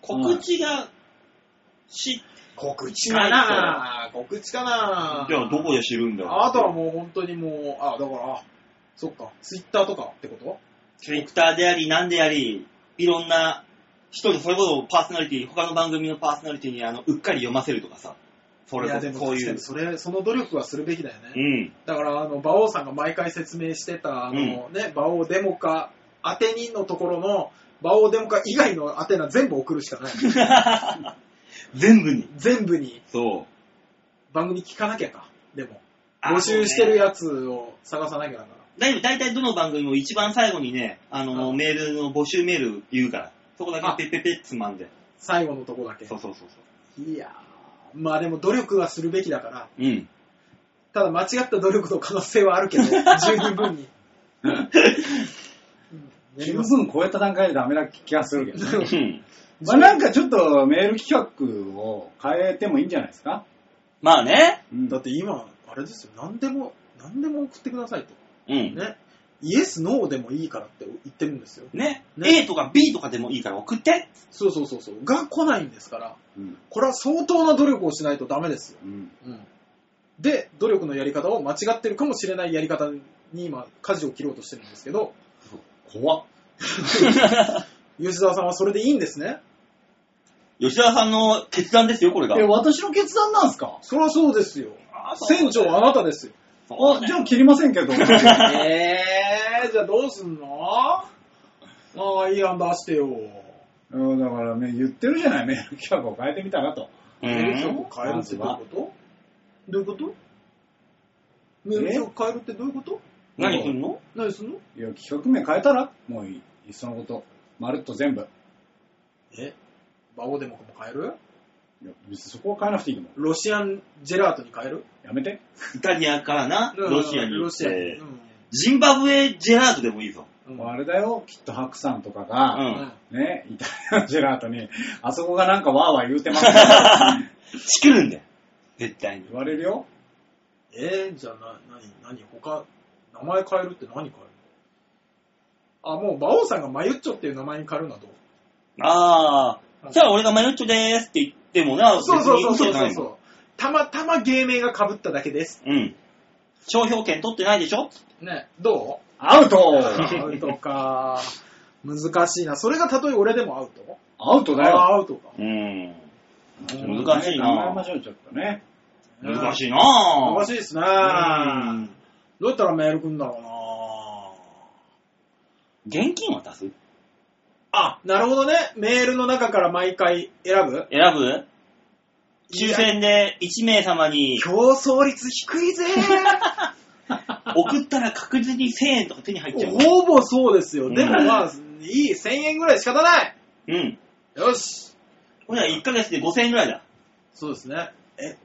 B: 告知が、し、
C: 告知かな告知かな
B: じゃあどこで知るんだよ。
C: あとはもう本当にもうあだからあそっかツイッターとかってこと
B: ツイッターであり、なんであり、いろんな人に、それこそパーソナリティ、他の番組のパーソナリティに、あの、うっかり読ませるとかさ。そ
C: い
B: れ
C: やで
B: こそ、
C: も
B: こうい
C: 確か
B: う
C: に。それその努力はするべきだよね、
B: うん。
C: だから、あの、馬王さんが毎回説明してた、あの、ね、馬王デモカ宛て人のところの、馬王デモカ以外の宛名全部送るし かない。
B: 全部に。
C: 全部に
B: そう。
C: 番組聞かなきゃか。でも、
B: あ
C: 募集してるやつを探さなきゃだから。
B: だいぶ、大体どの番組も一番最後にね、あの、
C: うん
B: メールの募集メール言うから。そこだけピッピッピッつまんで。
C: 最後のとこだけ。
B: そうそうそう
C: いやー、まあでも努力はするべきだから、
B: そう。うん。
C: ただ間違った努力の可能性はあるけど、十分 に。うんやり
A: 十
C: ます
A: 分超えた段階でダメな気がするけどね。
B: うん
A: まあなんかちょっとメール企画を変えてもいいんじゃないですか
B: まあね。
A: うん
C: だって今、あれですよ、何でも、何でも送ってくださいと。
B: うん。
C: ね。イエス、ノーでもいいからって言ってるんですよ。
B: ね。
C: ね
B: A とか B とかでもいいから送って。
C: そうそうそうそう。が来ないんですから、
A: うん
C: これは相当な努力をしないとダメですよ。
A: うん
C: で、努力のやり方を間違ってるかもしれないやり方に今、舵を切ろうとしてるんですけど、
A: 怖っ。
C: 吉沢さんはそれでいいんですね。
B: 吉田さんの決断ですよ、これが
A: え、。私の決断なんすか
C: そりゃそうですよ。船長あなたですよ。
B: そう
A: あ、
B: ね
A: じゃあ切りませ んけど。
C: えー、じゃあどうすんのああ、いい案出してよ。
A: うんだからね、言ってるじゃない、メール企画を変えてみたらと。
B: う
C: メール曲
B: ん
C: を変えるってどういうことどういうことメール曲変えるってどういうこと
B: 何すんの
C: 何すんの
A: いや、企画名変えたらもういい。いっそのこと。まるっと全部。
C: えバオデモクも変える
A: いや、別にそこは変えなくていいと思
C: ロシアンジェラートに変える
A: う。やめて。
B: イタリアからな、ロシアに行
C: ロ
B: っ
C: シアに。
B: て
C: う。ん
B: ジンバブエジェラートでもいいぞ。
C: うん
A: もうあれだよ、きっとハクさんとか
B: う
A: が、
B: ん。
A: ね、イタリアンジェラートに、あそこがなんかわーわー言うて ますね
B: チクるんだよ。絶対に
A: 言。われるよ。
C: えー、じゃあな、何、何、他、名前変えるって何変えるあ、もう、馬王さんがマユッチョっていう名前に変えるなと。
B: ああ。じゃあ俺がマヨッチョでーすって言ってもな、
C: そうそうそう
B: 別
C: そ
B: に嘘
C: う
B: じゃ
C: そ
B: な
C: う
B: いもん
C: たまたま芸名が被っただけです。
B: うん。商標権取ってないでしょ
C: ね。ど
A: アウト
C: うアウトか。難しいな。それがたとえ俺でもアウト
A: アウトだよ。
C: あーアウトか。
B: うん。
A: うん
B: 難しいな
A: 考えましょう、ちょっとね。
B: 難
C: い。
B: しいなぁ。
C: 難しいですね。
B: うん
C: どうやったらメール来んだろうな
B: 現金渡す
C: あ、なるほどね。メールの中から毎回選ぶ
B: 選ぶ
C: い
B: 抽
C: や
B: 選で1名様に
C: 競争率低いぜ
B: 送ったら確実に1000円とか手に入っちゃ う。
C: ほぼそうですよ。でも
B: うん
C: まあ、いい、1000円ぐらい仕方ない
B: うん。
C: よし
B: これは1ヶ月で5000円ぐらいだ。
C: そうですね。え、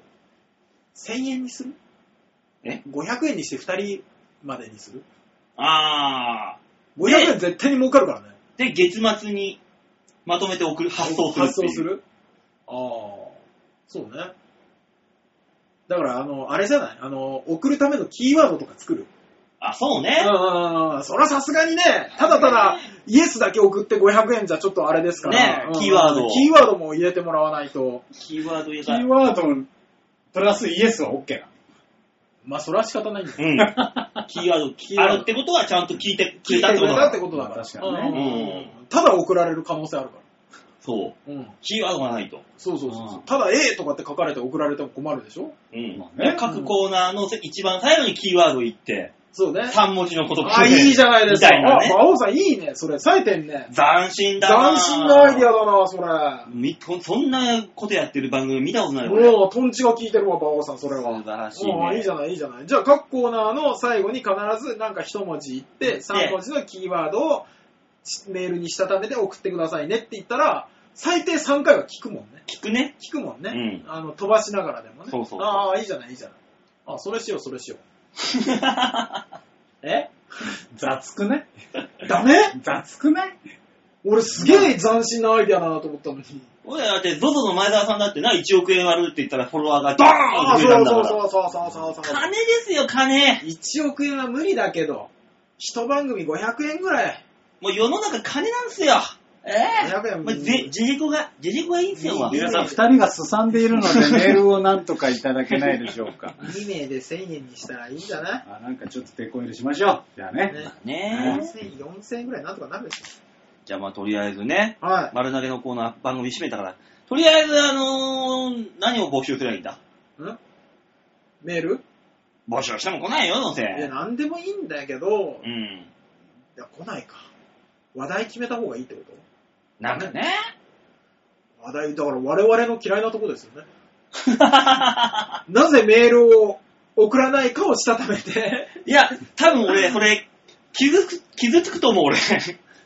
C: 1000円にする
B: え
C: ?500 円にして2人までにする
B: あ
C: 500円絶対に儲かるからね。
B: ー。で、月末にまとめて送る、発送する
C: 発
B: ってい
C: 送
B: う。
C: するああ、そうね。だから、あの、あれじゃないあの、送るためのキーワードとか作る。
B: あ、そう
C: う
B: ね。
C: ん、そらさすがにね、ただただ、イエスだけ送って500円じゃちょっとあれですから。
B: ね
C: うん
B: キーワードを
C: キーワードも入れてもらわないと。
B: キーワード入れ
A: キ
B: た
A: ーワードプラスイエスは OK だ。
C: まあ、それは仕方ないんだ
B: うん。キーワード、あるってことはちゃんと聞いてく
C: 聞
B: れ
C: い
B: たって
C: く
B: てこと
C: れ
B: だ
C: たっ
B: か
C: て
B: ら。
C: ことだから。
A: 確かに
B: ね
C: うんただ送られる可能性あるから。
B: そう。
C: うん。
B: キーワードがないと。
C: そうそうそうそう
A: うん
C: ただ A とかって書かれて送られても困るでしょ
B: うん
A: まあね
B: 各コーナーの一番最後にキーワード言って、
C: そうね。
B: 3文字のこと
C: あ、いいじゃないですか。
B: みたいな
C: あ、
B: ね。
C: 馬王さんいいね。それ、冴えてんね。
B: 斬新だなぁ
C: 斬新なアイディアだな、それ。
B: みこそんなことやってる番組見たことない俺。
C: もう、トンチが効いてるわ、馬王さん、それは
B: 素。晴らしい
C: もういい
B: ね
C: じ。ゃない、いいじゃない。じゃあ、各コーナーの最後に必ず、なんか一文字言って、三文字のキーワードをしメールにしたためて送ってくださいねって言ったら、最低3回は聞くもんね。
B: 聞くね。
C: 聞くもんね。
B: うん
C: あの飛ばしながらでもね。
B: そうそうそう
C: ああ、いいじゃない、いいじゃない。あ、それしよう、それしよう。え
A: 雑くね
C: ダメ
A: 雑くね
C: 俺すげえ斬新なアイディアだなと思ったのに。
B: 俺だって、ZOZO の前澤さんだってな、1億円割るって言ったらフォロワーがドーン
C: あ
B: っ
C: あ、
B: て
C: そ
B: 増えたん
C: う
B: だか
C: そう
B: ら。
C: そうそうそうそうそう。
B: 金ですよ、金。
C: 1億円は無理だけど、一番組500円ぐらい。
B: もう世の中金なんすよ。え
C: 500
B: え
C: 円
B: もうぜ、ジェジコが、ジェジコがいいんすよ、もう
A: 皆さん、二人がすさんでいるので、メールをなんとかいただけないでしょうか。
C: 2名で1000円にしたらいいんじゃない、
A: あなんかちょっとデコ入れしましょう。じゃあね。
C: ね、
B: ねえ。
C: ?4000、4000円ぐらいなんとかなるでし
B: じゃあまあ、とりあえずね、
C: ょ。はい。
B: 丸投げのコーナー、番組閉めたから、とりあえず、あのー、何を募集すればいいんだ
C: んメール
B: 募集しても来ないよ、どうせ。
C: いや、なんでもいいんだけど、
B: う
C: い
B: ん。
C: や、来ないか。話題決めた方がいいってこ
B: なんか ね。
C: と話題、だから我々の嫌いなとこですよね。なぜメールを送らないかをしたためて、
B: いや、多分俺、それ、傷つく、傷つくと思う、俺。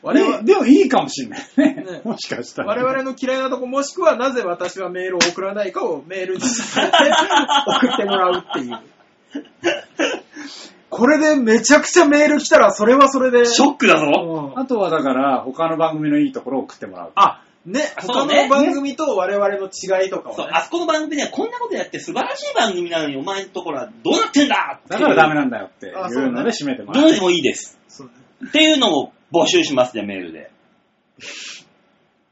C: 我々
A: ででもいいかもしんないね
C: ね。
A: もしかしたら
C: 我
A: ね。
C: 々の嫌いなとこ、もしくはなぜ私はメールを送らないかをメールに送ってもらうっていう。これでめちゃくちゃメール来たら、それはそれで。
B: ショックだぞ。
C: うん
A: あとはだから、他の番組のいいところを送ってもらう。
C: あ、ね、
B: そ
C: 他
B: う
C: の
B: ね
C: 番組と我々の違いとか
B: そう、
C: は
B: あ
C: ね。
B: そこの番組ではこんなことやって素晴らしい番組なのにお前のところはどうなってんだってい
A: だ
B: う
A: からダメなんだよってい
C: あそう
A: う
C: ね
A: ので締めてもら
B: どう
A: う
B: で。もいいです。
C: そうね
B: っていうのを募集しますね、メールで。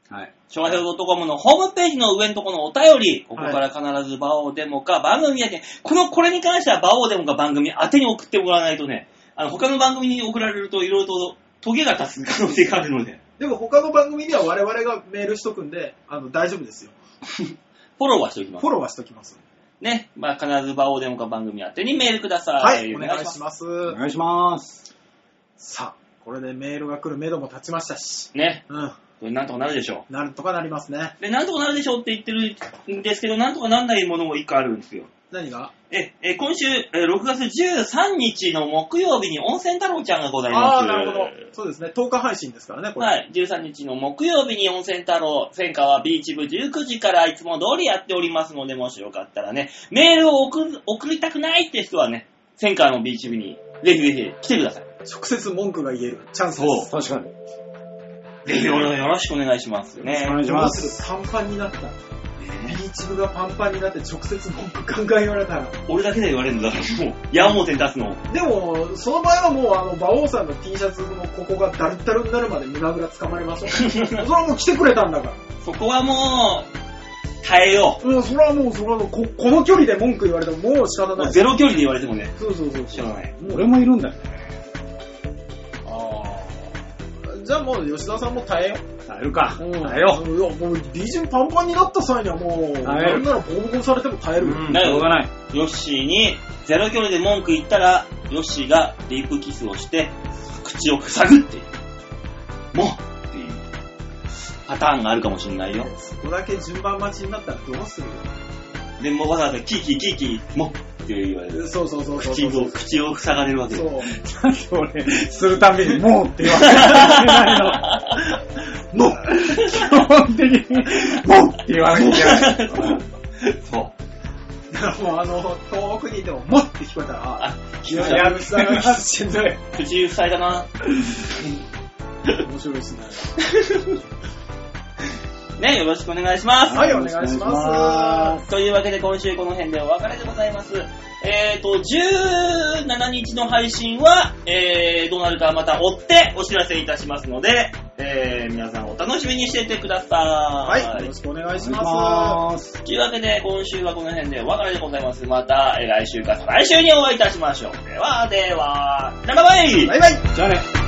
A: はい。
B: 昭和ドットコムのホームページの上のところのお便り、ここから必ず場をデモか番組宛て、この、これに関しては場をデモか番組宛てに送ってもらわないとね、あの、他の番組に送られると色々とトゲが立つ可能性があるので、
C: でも他の番組には我々がメールしとくんで、あの、大丈夫ですよ。
B: フォローはしておきま
C: フ
B: す
C: ォ。ローはしときます。
B: ね、まあ必ず場をデモか番組宛てにメールください。
C: はい、お願いし
B: ま
C: ます。
A: お願いします。
C: さあ、これでメールが来る目処も立ちましたし。
B: す。ね、
C: うん。
B: これなんとかなるでしょ
C: なんとかなりますね。
B: う。で、なんとかなるでしょうって言ってるんですけど、なんとかなんないものも一個あるんですよ。
C: 何が
B: え、え、今週、え6月13日の木曜日に温泉太郎ちゃんがございます。
C: ああー、なるほど。そうですね。10日配信ですからね、これ。
B: はい、13日の木曜日に温泉太郎、戦火はビーチ部19時からいつも通りやっておりますので、もしよかったらね、メールを送る送りたくないって人はね、戦火のビーチ部に、ぜひぜひ来てください。
C: 直接文句が言えるチャンスです。
A: 確かに。
B: ぜひよろしくお願いしますね。
A: お願いし
C: どう
A: ますす。
C: るパンパンになった。ビーチ部がパンパンになって直接文句考え言われたら。
B: 俺だけで言われるんだから、もう、矢面に立つの。
C: でも、その場合はもう、あの、馬王さんの T シャツのここがダルッダルになるまで胸ぐらつかまれま しょう。それはもう来てくれたんだから。
B: そこはもう、耐えよ
C: もうそれはもう、それはもうこ、この距離で文句言われてももう仕方
B: う。も
C: な
B: う
C: い。
B: ゼロ距離で言われてもね、
C: そうそうそう
B: 知ら
C: そう。
B: ない。
A: 俺もいるんだよね。
C: ああ。じゃあもう吉田さんも耐えよ
A: 耐えるか。
C: う。
A: 耐えよ
C: う。いや、もう、ビーチ部パンパンになった際にはもう、
A: 耐え
C: な
A: る
C: んならボコボコにされても耐え
A: う。
C: るよ。
A: うん、
B: な
A: し
B: るほ
A: ょ
B: ど
A: うがない。
B: ヨッシーに、ゼロ距離で文句言ったら、ヨッシーがリープキスをして、口を塞ぐっていう。もうっていう、パターンがあるかもしれないよ。
C: そこだけ順番待ちになったらどうする
B: で、もうわざわざキーキーキーキー、もうって言われる。
C: そうそうそうそう
B: 口
C: そう。
B: を、口を塞がれるわけ
C: そ
B: よ。
C: う。
A: なんで俺、するたびに、もうって言わなきゃいけない の。もう基本的に、もうって言わなきゃいけない。
B: そう。
C: だからもうあの、遠くにいても、もって聞こえたら、あ、
B: 聞こえ
C: い
B: た
C: や吉田が しんどい。
B: 口塞いだな。
C: 面白いですね。
B: ね、よろしくお願いします。
C: はい、お願いします。
B: というわけで今週この辺でお別れでございます。えーと、17日の配信は、えー、どうなるかまた追ってお知らせいたしますので、えー、皆さんお楽しみにしていてください。
C: はい、よろしくお願いし
A: お願いし
C: ま
A: ます。
B: というわけで今週はこの辺でお別れでございます。また、えー来週か再来週にお会いいたしましょう。では、では、ララバイ
C: す。バイバイ
A: じゃあね。